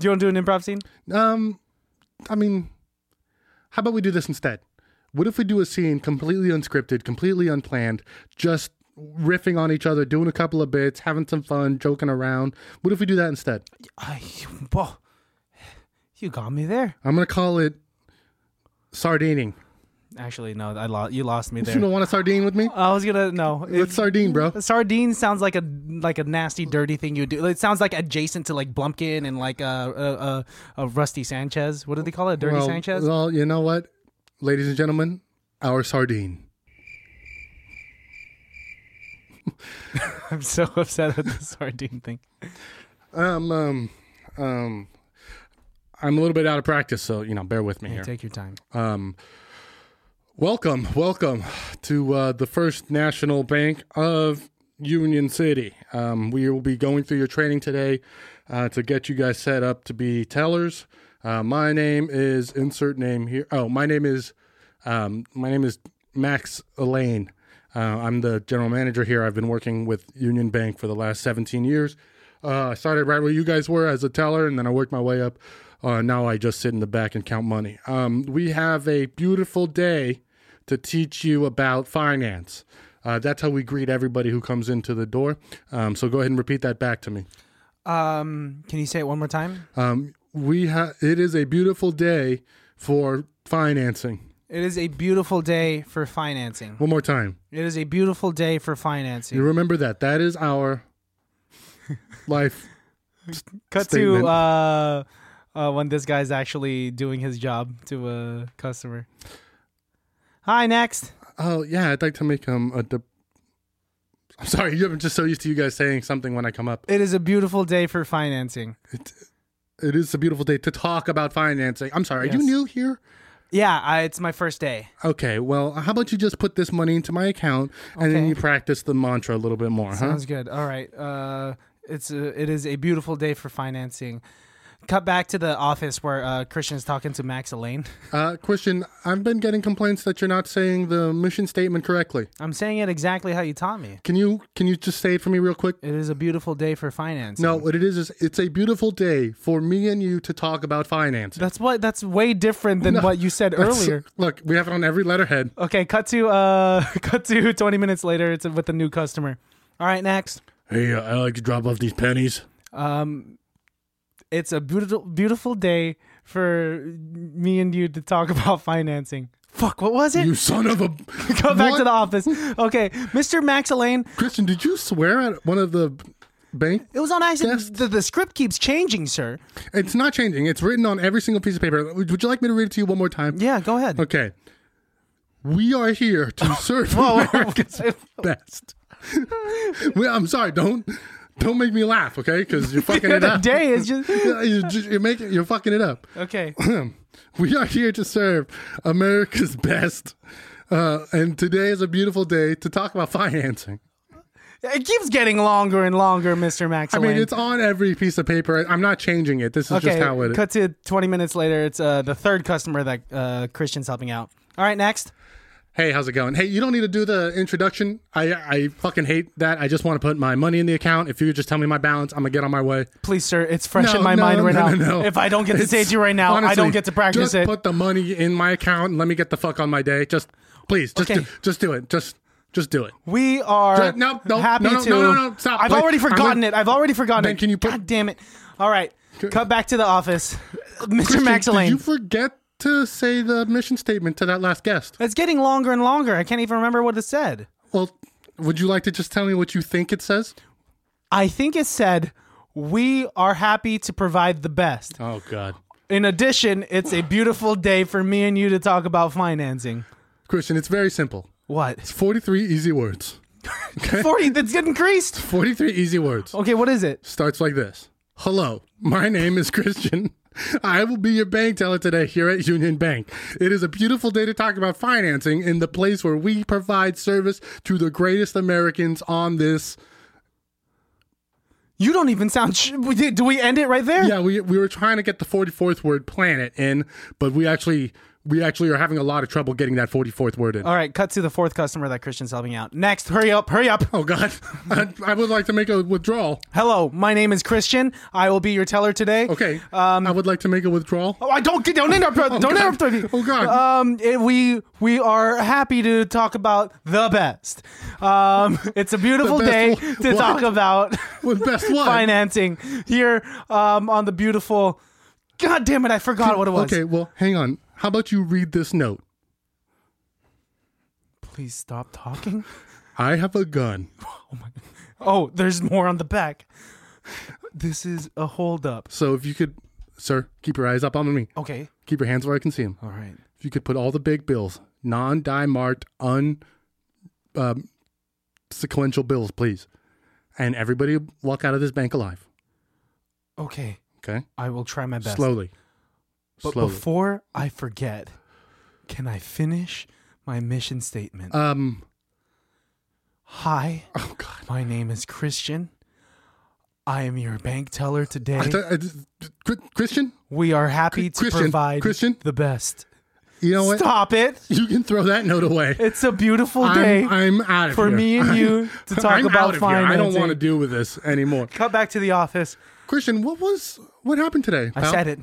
Speaker 1: you want to do an improv scene?
Speaker 2: Um, I mean, how about we do this instead? What if we do a scene completely unscripted, completely unplanned, just riffing on each other, doing a couple of bits, having some fun, joking around? What if we do that instead?
Speaker 1: I, whoa, you got me there.
Speaker 2: I'm gonna call it sardining.
Speaker 1: Actually, no, I lost. You lost me
Speaker 2: You
Speaker 1: there.
Speaker 2: don't want to sardine with me?
Speaker 1: I was gonna no.
Speaker 2: Let's sardine, bro.
Speaker 1: Sardine sounds like a like a nasty, dirty thing you do. It sounds like adjacent to like Blumpkin and like a a, a, a Rusty Sanchez. What do they call it? Dirty
Speaker 2: well,
Speaker 1: Sanchez.
Speaker 2: well, you know what, ladies and gentlemen, our sardine.
Speaker 1: I'm so upset at the sardine thing.
Speaker 2: Um, um, um, I'm a little bit out of practice, so you know, bear with me here.
Speaker 1: Take your time.
Speaker 2: Welcome, welcome to uh, the First National Bank of Union City. Um, we will be going through your training today uh, to get you guys set up to be tellers. Uh, my name is insert name here. Oh, my name is um, my name is Max Elaine. Uh, I'm the general manager here. I've been working with Union Bank for the last 17 years. Uh, I started right where you guys were as a teller, and then I worked my way up. Uh, now I just sit in the back and count money. Um, we have a beautiful day to teach you about finance. Uh, that's how we greet everybody who comes into the door. Um, so go ahead and repeat that back to me.
Speaker 1: Um, can you say it one more time?
Speaker 2: We ha- it is a beautiful day for financing.
Speaker 1: It is a beautiful day for financing.
Speaker 2: One more time.
Speaker 1: It is a beautiful day for
Speaker 2: You
Speaker 1: financing.
Speaker 2: remember that. That is our life.
Speaker 1: Cut
Speaker 2: statement.
Speaker 1: to uh, uh, when this guy's actually doing his job to a customer. Hi, next.
Speaker 2: Oh yeah, I'd like to make um a. De- I'm sorry, I'm just so used to you guys saying something when I come up.
Speaker 1: It is a beautiful day for financing.
Speaker 2: It is a beautiful day to talk about financing. I'm sorry, are you
Speaker 1: Yes.
Speaker 2: new here?
Speaker 1: Yeah, I, it's my first day.
Speaker 2: Okay, well, how about you just put this money into my account and then
Speaker 1: Okay.
Speaker 2: you practice the mantra a little bit more, huh?
Speaker 1: Sounds good. All right. Uh, it's a, it is a beautiful day for financing. Cut back to the office where uh, Christian's talking to Max Elaine.
Speaker 2: Uh, Christian, I've been getting complaints that you're not saying the mission statement correctly.
Speaker 1: I'm saying it exactly how you taught me.
Speaker 2: Can you can you just say it for me real quick?
Speaker 1: It is a beautiful day for financing.
Speaker 2: No, what it is is it's a beautiful day for me and you to talk about finance.
Speaker 1: That's what. That's way different than what you said earlier.
Speaker 2: Look, we have it on every letterhead.
Speaker 1: Okay, cut to uh, cut to twenty minutes later. It's with a new customer. All right, next. Um,
Speaker 2: Hey, uh, Alex, drop off these pennies.
Speaker 1: It's a beautiful, beautiful day for me and you to talk about financing. Fuck, what was it?
Speaker 2: You son of a.
Speaker 1: Go back
Speaker 2: What?
Speaker 1: to the office. Okay, Mr. Max Elaine.
Speaker 2: Christian, did you swear at one of the bank?
Speaker 1: It was on accident.
Speaker 2: Guest.
Speaker 1: The, the script keeps changing, sir.
Speaker 2: It's not changing. It's written on every single piece of paper. Would would you like me to read it to you one more time?
Speaker 1: Yeah, go ahead.
Speaker 2: Okay. We are here to serve America's best. well, I'm sorry, don't don't make me laugh, okay? Because you're fucking it
Speaker 1: the
Speaker 2: up.
Speaker 1: day is just
Speaker 2: you're, just, you're making you're fucking it up.
Speaker 1: okay.
Speaker 2: we are here to serve America's best. Uh, and today is a beautiful day to talk about financing.
Speaker 1: It keeps getting longer and longer, Mister Max.
Speaker 2: I mean, it's on every piece of paper. I'm not changing it. This is
Speaker 1: okay.
Speaker 2: just how it is.
Speaker 1: cut to 20 minutes later. It's uh, the third customer that uh, Christian's helping out. All right, next.
Speaker 2: Hey, how's it going? Hey, you don't need to do the introduction. I I fucking hate that. I just want to put my money in the account. If you could just tell me my balance, I'm gonna get on my way.
Speaker 1: Please, sir, it's fresh
Speaker 2: No,
Speaker 1: in my
Speaker 2: no,
Speaker 1: mind right
Speaker 2: no,
Speaker 1: now.
Speaker 2: no, no.
Speaker 1: If I don't get to
Speaker 2: It's-
Speaker 1: say it to you right now, I
Speaker 2: honestly,
Speaker 1: don't get to practice
Speaker 2: just
Speaker 1: it.
Speaker 2: Put the money in my account and let me get the fuck on my day. Just please, just
Speaker 1: Okay.
Speaker 2: do, just do it. Just just do it.
Speaker 1: we are
Speaker 2: Ju- no, no,
Speaker 1: happy
Speaker 2: no, no,
Speaker 1: to.
Speaker 2: no, no, no, stop.
Speaker 1: I've
Speaker 2: Please,
Speaker 1: already
Speaker 2: I'm gonna-
Speaker 1: forgotten it. I've already forgotten
Speaker 2: Ben,
Speaker 1: it.
Speaker 2: can you put-
Speaker 1: God damn it. All right, cut back to the office. Mr.
Speaker 2: Christian,
Speaker 1: Max
Speaker 2: did
Speaker 1: Elaine.
Speaker 2: you forget to say the mission statement to that last guest?
Speaker 1: It's getting longer and longer. I can't even remember what it said.
Speaker 2: Well, would you like to just tell me what you think it says?
Speaker 1: I think it said, We are happy to provide the best.
Speaker 2: Oh God,
Speaker 1: In addition, it's a beautiful day for me and you to talk about financing.
Speaker 2: Christian, it's very simple.
Speaker 1: What?
Speaker 2: It's 43 easy words.
Speaker 1: 40, that's increased.
Speaker 2: 43 easy words.
Speaker 1: Okay, what is it?
Speaker 2: starts like this Hello, my name is Christian. I will be your bank teller today here at Union Bank. It is a beautiful day to talk about financing in the place where we provide service to the greatest Americans on this.
Speaker 1: You don't even sound. Sh- we did- do we end it right there?
Speaker 2: Yeah, we, we were trying to get the 44th word planet in, but we actually we actually are having a lot of trouble getting that 44th word in.
Speaker 1: All right, cut to the fourth customer that Christian's helping out. Next, hurry up, hurry up.
Speaker 2: Oh God, I, I would like to make a withdrawal.
Speaker 1: Hello, my name is Christian. I will be your teller today.
Speaker 2: Okay, um, I would like to make a withdrawal.
Speaker 1: Oh, I don't don't interrupt. don't
Speaker 2: God.
Speaker 1: interrupt me.
Speaker 2: Oh, God.
Speaker 1: Um, it- we we are happy to talk about the best. Um, it's a beautiful
Speaker 2: best
Speaker 1: day
Speaker 2: wh-
Speaker 1: to
Speaker 2: what?
Speaker 1: talk about
Speaker 2: With best one.
Speaker 1: financing here um, on the beautiful. God damn it! I forgot what it was.
Speaker 2: Okay, well, hang on. How about you read this note?
Speaker 1: Please stop talking.
Speaker 2: I have a gun.
Speaker 1: Oh, there's more on the back. This is a holdup.
Speaker 2: So if you could, sir, keep your eyes up on me.
Speaker 1: Okay.
Speaker 2: Keep your hands where I can see them.
Speaker 1: All right.
Speaker 2: If you could put all the big bills, non die marked, un um, sequential bills, please. And everybody walk out of this bank alive.
Speaker 1: Okay.
Speaker 2: Okay?
Speaker 1: I will try my best.
Speaker 2: Slowly.
Speaker 1: But
Speaker 2: Slowly.
Speaker 1: before I forget, can I finish my mission statement?
Speaker 2: um,
Speaker 1: Hi,
Speaker 2: oh, God.
Speaker 1: my name is Christian. I am your bank teller today.
Speaker 2: I th- I just- Chr- Christian,
Speaker 1: we are happy to
Speaker 2: Christian,
Speaker 1: provide
Speaker 2: Christian?
Speaker 1: the best.
Speaker 2: you know what?
Speaker 1: Stop it.
Speaker 2: You can throw that note away.
Speaker 1: It's a beautiful day.
Speaker 2: I'm, I'm out of
Speaker 1: for
Speaker 2: here.
Speaker 1: me and you to talk
Speaker 2: I'm
Speaker 1: about
Speaker 2: out of here. I don't
Speaker 1: financing.
Speaker 2: want to deal with this anymore.
Speaker 1: Cut back to the office.
Speaker 2: Christian, what was what happened today?
Speaker 1: I
Speaker 2: pal?
Speaker 1: said it.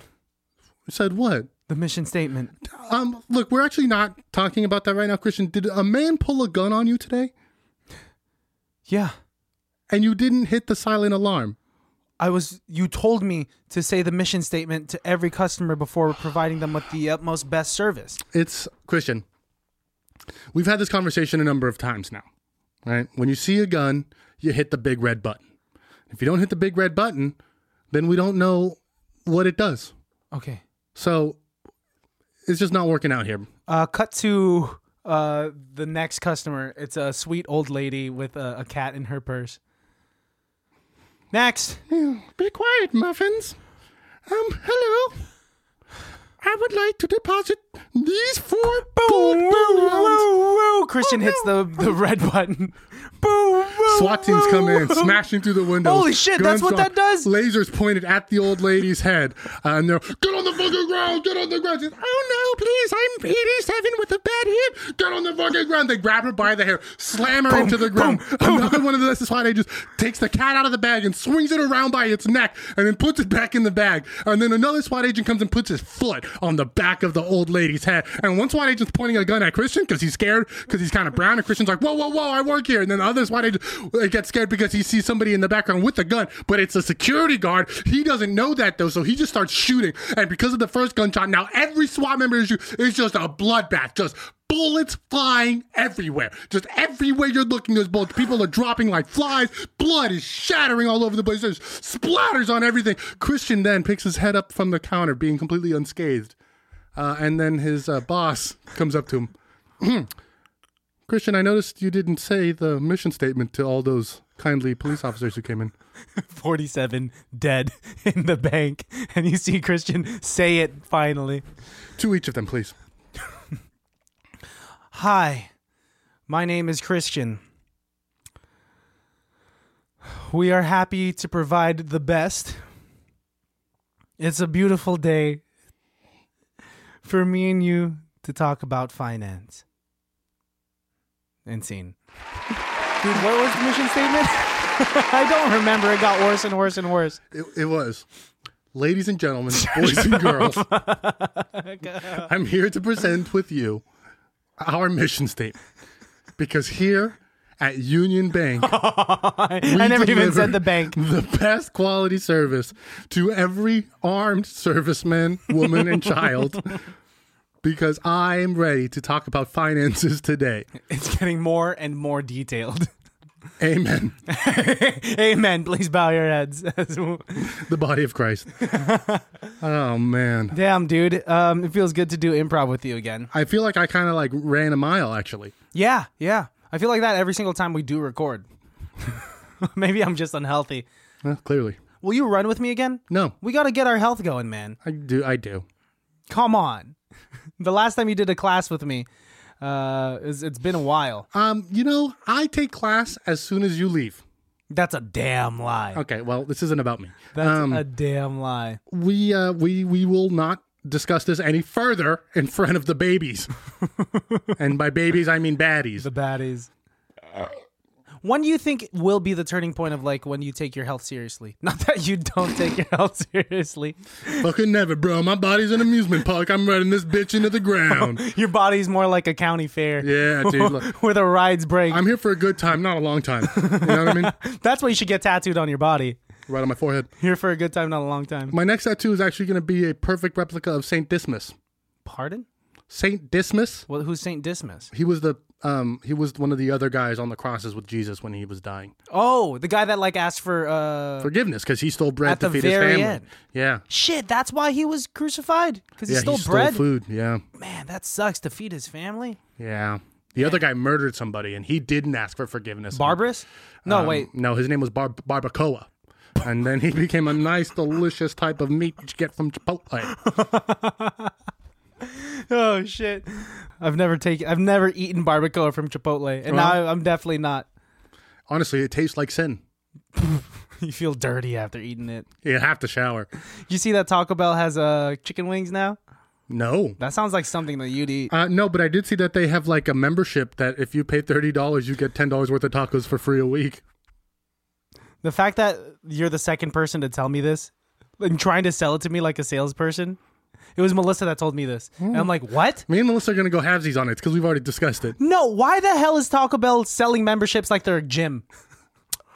Speaker 2: Said what?
Speaker 1: The mission statement.
Speaker 2: Um, look, we're actually not talking about that right now, Christian. Did a man pull a gun on you today?
Speaker 1: Yeah.
Speaker 2: And you didn't hit the silent alarm.
Speaker 1: I was you told me to say the mission statement to every customer before providing them with the utmost best service.
Speaker 2: It's Christian. We've had this conversation a number of times now. Right? When you see a gun, you hit the big red button. If you don't hit the big red button, then we don't know what it does.
Speaker 1: Okay.
Speaker 2: So it's just not working out here.
Speaker 1: Uh, cut to uh, the next customer. It's a sweet old lady with a, a cat in her purse. Next.
Speaker 2: Be quiet, muffins. Um, hello. I would like to deposit these four
Speaker 1: Boom, woo, woo, woo. Christian hits the, the red button. Boom, woo,
Speaker 2: SWAT teams
Speaker 1: woo,
Speaker 2: come in,
Speaker 1: woo.
Speaker 2: smashing through the windows.
Speaker 1: Holy shit, that's
Speaker 2: guns
Speaker 1: what
Speaker 2: drawn,
Speaker 1: that does?
Speaker 2: Lasers pointed at the old lady's head, uh, and they're get on the fucking ground, get on the ground. She's, oh no, please, I'm 87 with a bad hip. Get on the fucking ground. They grab her by the hair, slam her into the ground. Another one of the SWAT agents takes the cat out of the bag and swings it around by its neck, and then puts it back in the bag. And then another SWAT agent comes and puts his foot on the back of the old lady's head. And one SWAT agent's pointing a gun at Christian because he's scared because he's kind of brown, and Christian's like, whoa, whoa, whoa, I work here. And then the other SWAT agent uh, gets scared because he sees somebody in the background with a gun, but it's a security guard. He doesn't know that though, so he just starts shooting. And because of the first gunshot, now every SWAT member is shoot- it's just a bloodbath, just bullets flying everywhere. Just everywhere you're looking, there's bullets. People are dropping like flies. Blood is shattering all over the place. There's splatters on everything. Christian then picks his head up from the counter, being completely unscathed. Uh, and then his uh, boss comes up to him. Christian, I noticed you didn't say the mission statement to all those kindly police officers who came in.
Speaker 1: 47 dead in the bank. And you see Christian say it finally.
Speaker 2: To each of them, please.
Speaker 1: Hi, my name is Christian. We are happy to provide the best. It's a beautiful day for me and you to talk about finance. Insane. Dude, what was the mission statement? I don't remember. It got worse and worse and worse.
Speaker 2: It, it was. Ladies and gentlemen, boys and girls, I'm here to present with you our mission statement. Because here at Union Bank,
Speaker 1: I never even said
Speaker 2: delivered
Speaker 1: the bank.
Speaker 2: the best quality service to every armed serviceman, woman, and child. Because I am ready to talk about finances today.
Speaker 1: It's getting more and more detailed.
Speaker 2: Amen.
Speaker 1: Amen. Please bow your heads.
Speaker 2: The body of Christ. Oh, man.
Speaker 1: Damn, dude. Um, it feels good to do improv with you again.
Speaker 2: I feel like I kind of like ran a mile, actually.
Speaker 1: Yeah, yeah. I feel like that every single time we do record. Maybe I'm just unhealthy.
Speaker 2: Well, clearly.
Speaker 1: Will you run with me again?
Speaker 2: No,
Speaker 1: We got to get our health going, man.
Speaker 2: I do. I do.
Speaker 1: Come on. the last time you did a class with me, uh, it's, it's been a while.
Speaker 2: Um, you know, I take class as soon as you leave.
Speaker 1: That's a damn lie.
Speaker 2: Okay, well, this isn't about me.
Speaker 1: That's
Speaker 2: um,
Speaker 1: a damn lie.
Speaker 2: we uh, we we will not discuss this any further in front of the babies, and by babies I mean baddies.
Speaker 1: The baddies.
Speaker 2: Uh,
Speaker 1: When do you think will be the turning point of like when you take your health seriously? Not that you don't take your health seriously.
Speaker 2: Fucking never, bro. My body's an amusement park. I'm running this bitch into the ground.
Speaker 1: Your body's more like a county fair.
Speaker 2: Yeah, dude. Look,
Speaker 1: Where the rides break.
Speaker 2: I'm here for a good time, not a long time. You know what I mean?
Speaker 1: That's why you should get tattooed on your body.
Speaker 2: Right on my forehead.
Speaker 1: Here for a good time, not a long time.
Speaker 2: My next tattoo is actually going to be a perfect replica of Saint Dismas.
Speaker 1: Pardon?
Speaker 2: Saint Dismas.
Speaker 1: Well, who's Saint Dismas?
Speaker 2: He was the um he was one of the other guys on the crosses with Jesus when he was dying.
Speaker 1: Oh, the guy that like asked for uh
Speaker 2: Forgiveness because he stole bread
Speaker 1: At
Speaker 2: to
Speaker 1: the
Speaker 2: feed his
Speaker 1: very
Speaker 2: family.
Speaker 1: end.
Speaker 2: Yeah.
Speaker 1: shit. That's why he was crucified because he
Speaker 2: yeah,
Speaker 1: stole
Speaker 2: he
Speaker 1: bread.
Speaker 2: stole food. Yeah.
Speaker 1: Man, that sucks to feed his family.
Speaker 2: Yeah. The other guy murdered somebody and he didn't ask for forgiveness.
Speaker 1: Barbarous? No,
Speaker 2: Um,
Speaker 1: wait.
Speaker 2: No, his name was Bar- Barbacoa. And then he became a nice, delicious type of meat that you get from Chipotle.
Speaker 1: Oh shit. I've never taken. I've never eaten barbacoa from Chipotle, and
Speaker 2: Well-
Speaker 1: now I'm definitely not.
Speaker 2: Honestly, it tastes like sin.
Speaker 1: You feel dirty after eating it.
Speaker 2: You have to shower.
Speaker 1: You see that Taco Bell has uh chicken wings now?
Speaker 2: No.
Speaker 1: That sounds like something that you'd eat.
Speaker 2: Uh, no, but I did see that they have like a membership that if you pay thirty dollars, you get ten dollars worth of tacos for free a week.
Speaker 1: The fact that you're the second person to tell me this and trying to sell it to me like a salesperson. It was Melissa that told me this. And I'm like, what?
Speaker 2: Me and Melissa are gonna go halvesies on it because we've already discussed it.
Speaker 1: No, why the hell is Taco Bell selling memberships like they're a gym?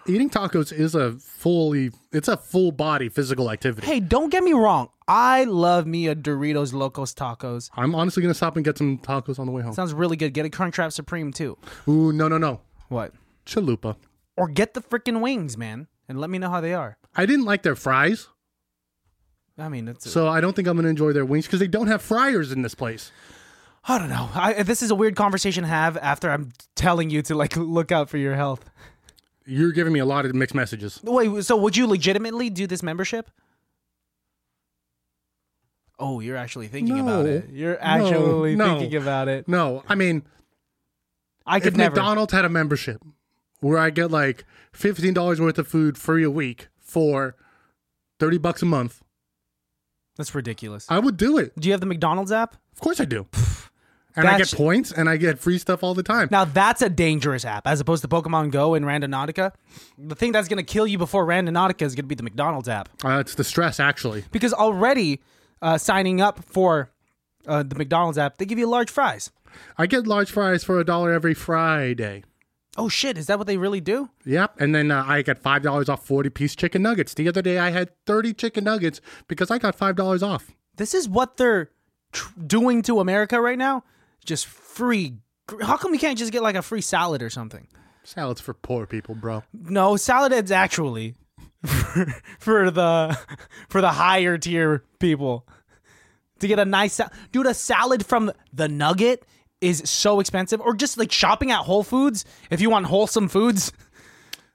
Speaker 2: Eating tacos is a fully, it's a full body physical activity.
Speaker 1: Hey, don't get me wrong. I love me a Doritos Locos Tacos.
Speaker 2: I'm honestly gonna stop and get some tacos on the way home.
Speaker 1: Sounds really good. Get a Crunchwrap Supreme too.
Speaker 2: Ooh, no, no, no,
Speaker 1: What?
Speaker 2: chalupa.
Speaker 1: Or get the freaking wings, man, and let me know how they are.
Speaker 2: I didn't like their fries,
Speaker 1: I mean, it's.
Speaker 2: so I don't think I'm gonna enjoy their wings because they don't have fryers in this place.
Speaker 1: I don't know. I, this is a weird conversation to have after I'm telling you to like look out for your health.
Speaker 2: You're giving me a lot of mixed messages.
Speaker 1: Wait, so would you legitimately do this membership? Oh, you're actually thinking about
Speaker 2: No.
Speaker 1: it. You're
Speaker 2: No,
Speaker 1: actually
Speaker 2: no.
Speaker 1: thinking about it.
Speaker 2: No, I mean,
Speaker 1: I could
Speaker 2: if
Speaker 1: never.
Speaker 2: McDonald's had a membership where I get like fifteen dollars worth of food free a week for thirty bucks a month,
Speaker 1: That's ridiculous.
Speaker 2: I would do it.
Speaker 1: Do you have the McDonald's app?
Speaker 2: Of course I do. And I get
Speaker 1: That's-
Speaker 2: points and I get free stuff all the time.
Speaker 1: Now that's a dangerous app, as opposed to Pokemon Go and Randonautica. The thing that's gonna kill you before Randonautica is gonna be the McDonald's app,
Speaker 2: Uh, it's the stress, actually.
Speaker 1: because already uh, signing up for uh, the McDonald's app, they give you large fries.
Speaker 2: I get large fries for a dollar every Friday.
Speaker 1: Oh shit, is that what they really do?
Speaker 2: Yep. And then uh, I get $5 off 40 piece chicken nuggets. The other day I had 30 chicken nuggets because I got $5 off.
Speaker 1: This is what they're tr- doing to America right now. Just free. gr- How come we can't just get like a free salad or something?
Speaker 2: Salads for poor people, bro.
Speaker 1: No, salad is actually for, for the for the higher tier people to get a nice sal- dude. A salad from the Nugget is so expensive, or just like shopping at Whole Foods if you want wholesome foods.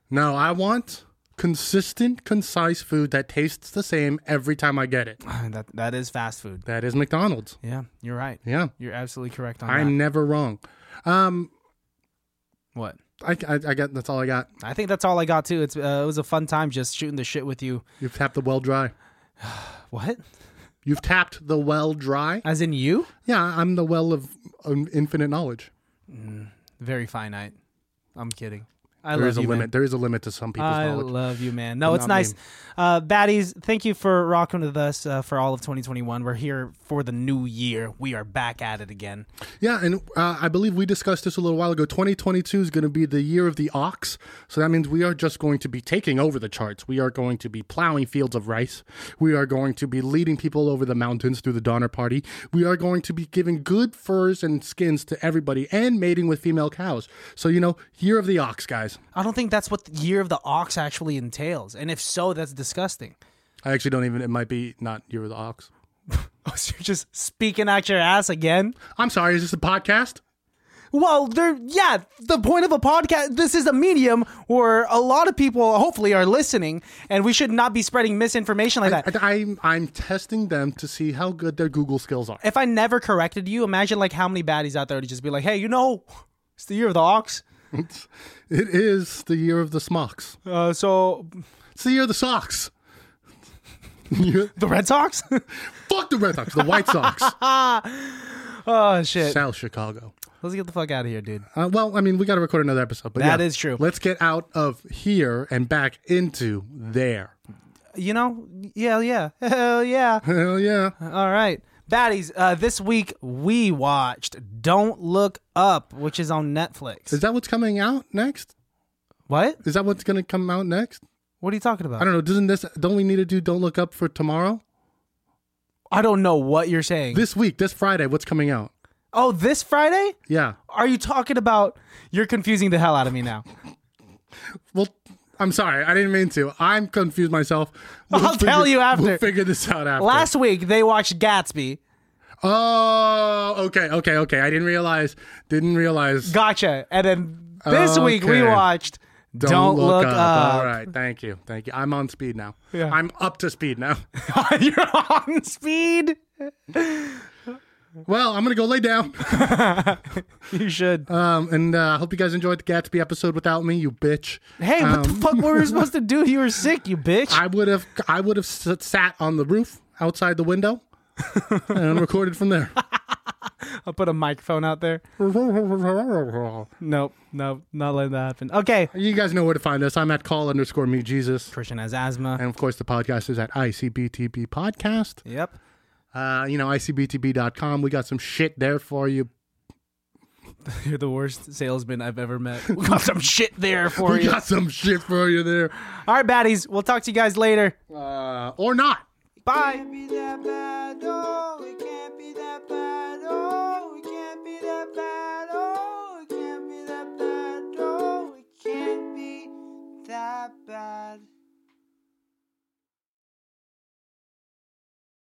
Speaker 2: No, I want consistent, concise food that tastes the same every time I get it.
Speaker 1: That that is fast food.
Speaker 2: That is McDonald's.
Speaker 1: Yeah, you're right.
Speaker 2: Yeah.
Speaker 1: You're absolutely correct on
Speaker 2: I'm
Speaker 1: that.
Speaker 2: never wrong. Um,
Speaker 1: What?
Speaker 2: I, I, I got that's all I got.
Speaker 1: I think that's all I got too. It's uh, it was a fun time just shooting the shit with you.
Speaker 2: You've tapped the well dry.
Speaker 1: What?
Speaker 2: You've tapped the well dry.
Speaker 1: As in you?
Speaker 2: Yeah, I'm the well of um, infinite knowledge.
Speaker 1: Very finite. I'm kidding. I
Speaker 2: There
Speaker 1: love
Speaker 2: is a
Speaker 1: you, man.
Speaker 2: limit. There is a limit to some people's
Speaker 1: I
Speaker 2: knowledge.
Speaker 1: love you, man. No,
Speaker 2: But
Speaker 1: it's
Speaker 2: not me.
Speaker 1: nice. Uh, baddies, thank you for rocking with us uh, for all of 2021. We're here for the new year. We are back at it again.
Speaker 2: Yeah, and uh, I believe we discussed this a little while ago. 2022 is going to be the year of the ox. So that means we are just going to be taking over the charts. We are going to be plowing fields of rice. We are going to be leading people over the mountains through the Donner Party. We are going to be giving good furs and skins to everybody and mating with female cows. So, you know, year of the ox, guys.
Speaker 1: I don't think that's what the year of the ox actually entails. And if so, that's disgusting.
Speaker 2: I actually don't even, it might be not year of the ox.
Speaker 1: Oh, so you're just speaking out your ass again?
Speaker 2: I'm sorry, is this a podcast?
Speaker 1: Well, there, yeah, the point of a podcast, this is a medium where a lot of people hopefully are listening, and we should not be spreading misinformation like that.
Speaker 2: I, I'm, I'm testing them to see how good their Google skills are.
Speaker 1: if I never corrected you, imagine like how many baddies out there to just be like, hey, you know, it's the year of the ox.
Speaker 2: It is the year of the smocks.
Speaker 1: Uh, so
Speaker 2: It's the year of the socks. You-
Speaker 1: the Red Sox? Ah,
Speaker 2: fuck the Red Sox, the White Sox,
Speaker 1: oh shit.
Speaker 2: South Chicago.
Speaker 1: Let's get the fuck out of here, dude.
Speaker 2: Uh, well, I mean, we got to record another episode, but
Speaker 1: That
Speaker 2: yeah,
Speaker 1: is true.
Speaker 2: Let's get out of here and back into there.
Speaker 1: You know? Yeah, yeah. Hell yeah.
Speaker 2: Hell yeah!
Speaker 1: All right. Baddies, uh, this week we watched Don't Look Up, which is on Netflix.
Speaker 2: Is that what's coming out next?
Speaker 1: what?
Speaker 2: Is that what's gonna come out next?
Speaker 1: What are you talking about?
Speaker 2: I don't know. Doesn't this? Don't we need to do? Don't look up for tomorrow.
Speaker 1: I don't know what you're saying.
Speaker 2: This week, this Friday, what's coming out?
Speaker 1: oh, this Friday?
Speaker 2: Yeah.
Speaker 1: Are you talking about? You're confusing the hell out of me now.
Speaker 2: Well, I'm sorry, I didn't mean to. I'm confused myself.
Speaker 1: I'll tell you after.
Speaker 2: We'll figure this out after.
Speaker 1: Last week they watched Gatsby.
Speaker 2: Oh, okay, okay, okay. I didn't realize. Didn't realize.
Speaker 1: Gotcha. And then this week we
Speaker 2: Okay.
Speaker 1: watched Don't, Look, Up.
Speaker 2: All right. Thank you. Thank you. I'm on speed now.
Speaker 1: Yeah.
Speaker 2: I'm up to speed now.
Speaker 1: You're on speed.
Speaker 2: well, I'm going to go lay down.
Speaker 1: You should.
Speaker 2: Um, and uh, I hope you guys enjoyed the Gatsby episode without me, you bitch.
Speaker 1: hey, what the fuck were we supposed to do? You were sick, you bitch.
Speaker 2: Um, I would have I would have s- sat on the roof outside the window and recorded from there.
Speaker 1: I'll put a microphone out there. Nope, nope, not letting that happen. Okay.
Speaker 2: you guys know where to find us. I'm at call underscore me Jesus.
Speaker 1: Christian has asthma.
Speaker 2: And of course, the podcast is at ICBTB Podcast.
Speaker 1: yep.
Speaker 2: Uh, you know, ICBTB.com. We got some shit there for you.
Speaker 1: You're the worst salesman I've ever met. We got some shit there for
Speaker 2: We
Speaker 1: you.
Speaker 2: got some shit for you there.
Speaker 1: All right, baddies. We'll talk to you guys later.
Speaker 2: Uh, or not.
Speaker 1: Bye.
Speaker 3: can't be that bad, oh, it can't be that bad, oh, it can't be that bad, oh, it can't be that bad, oh, it can't be that bad.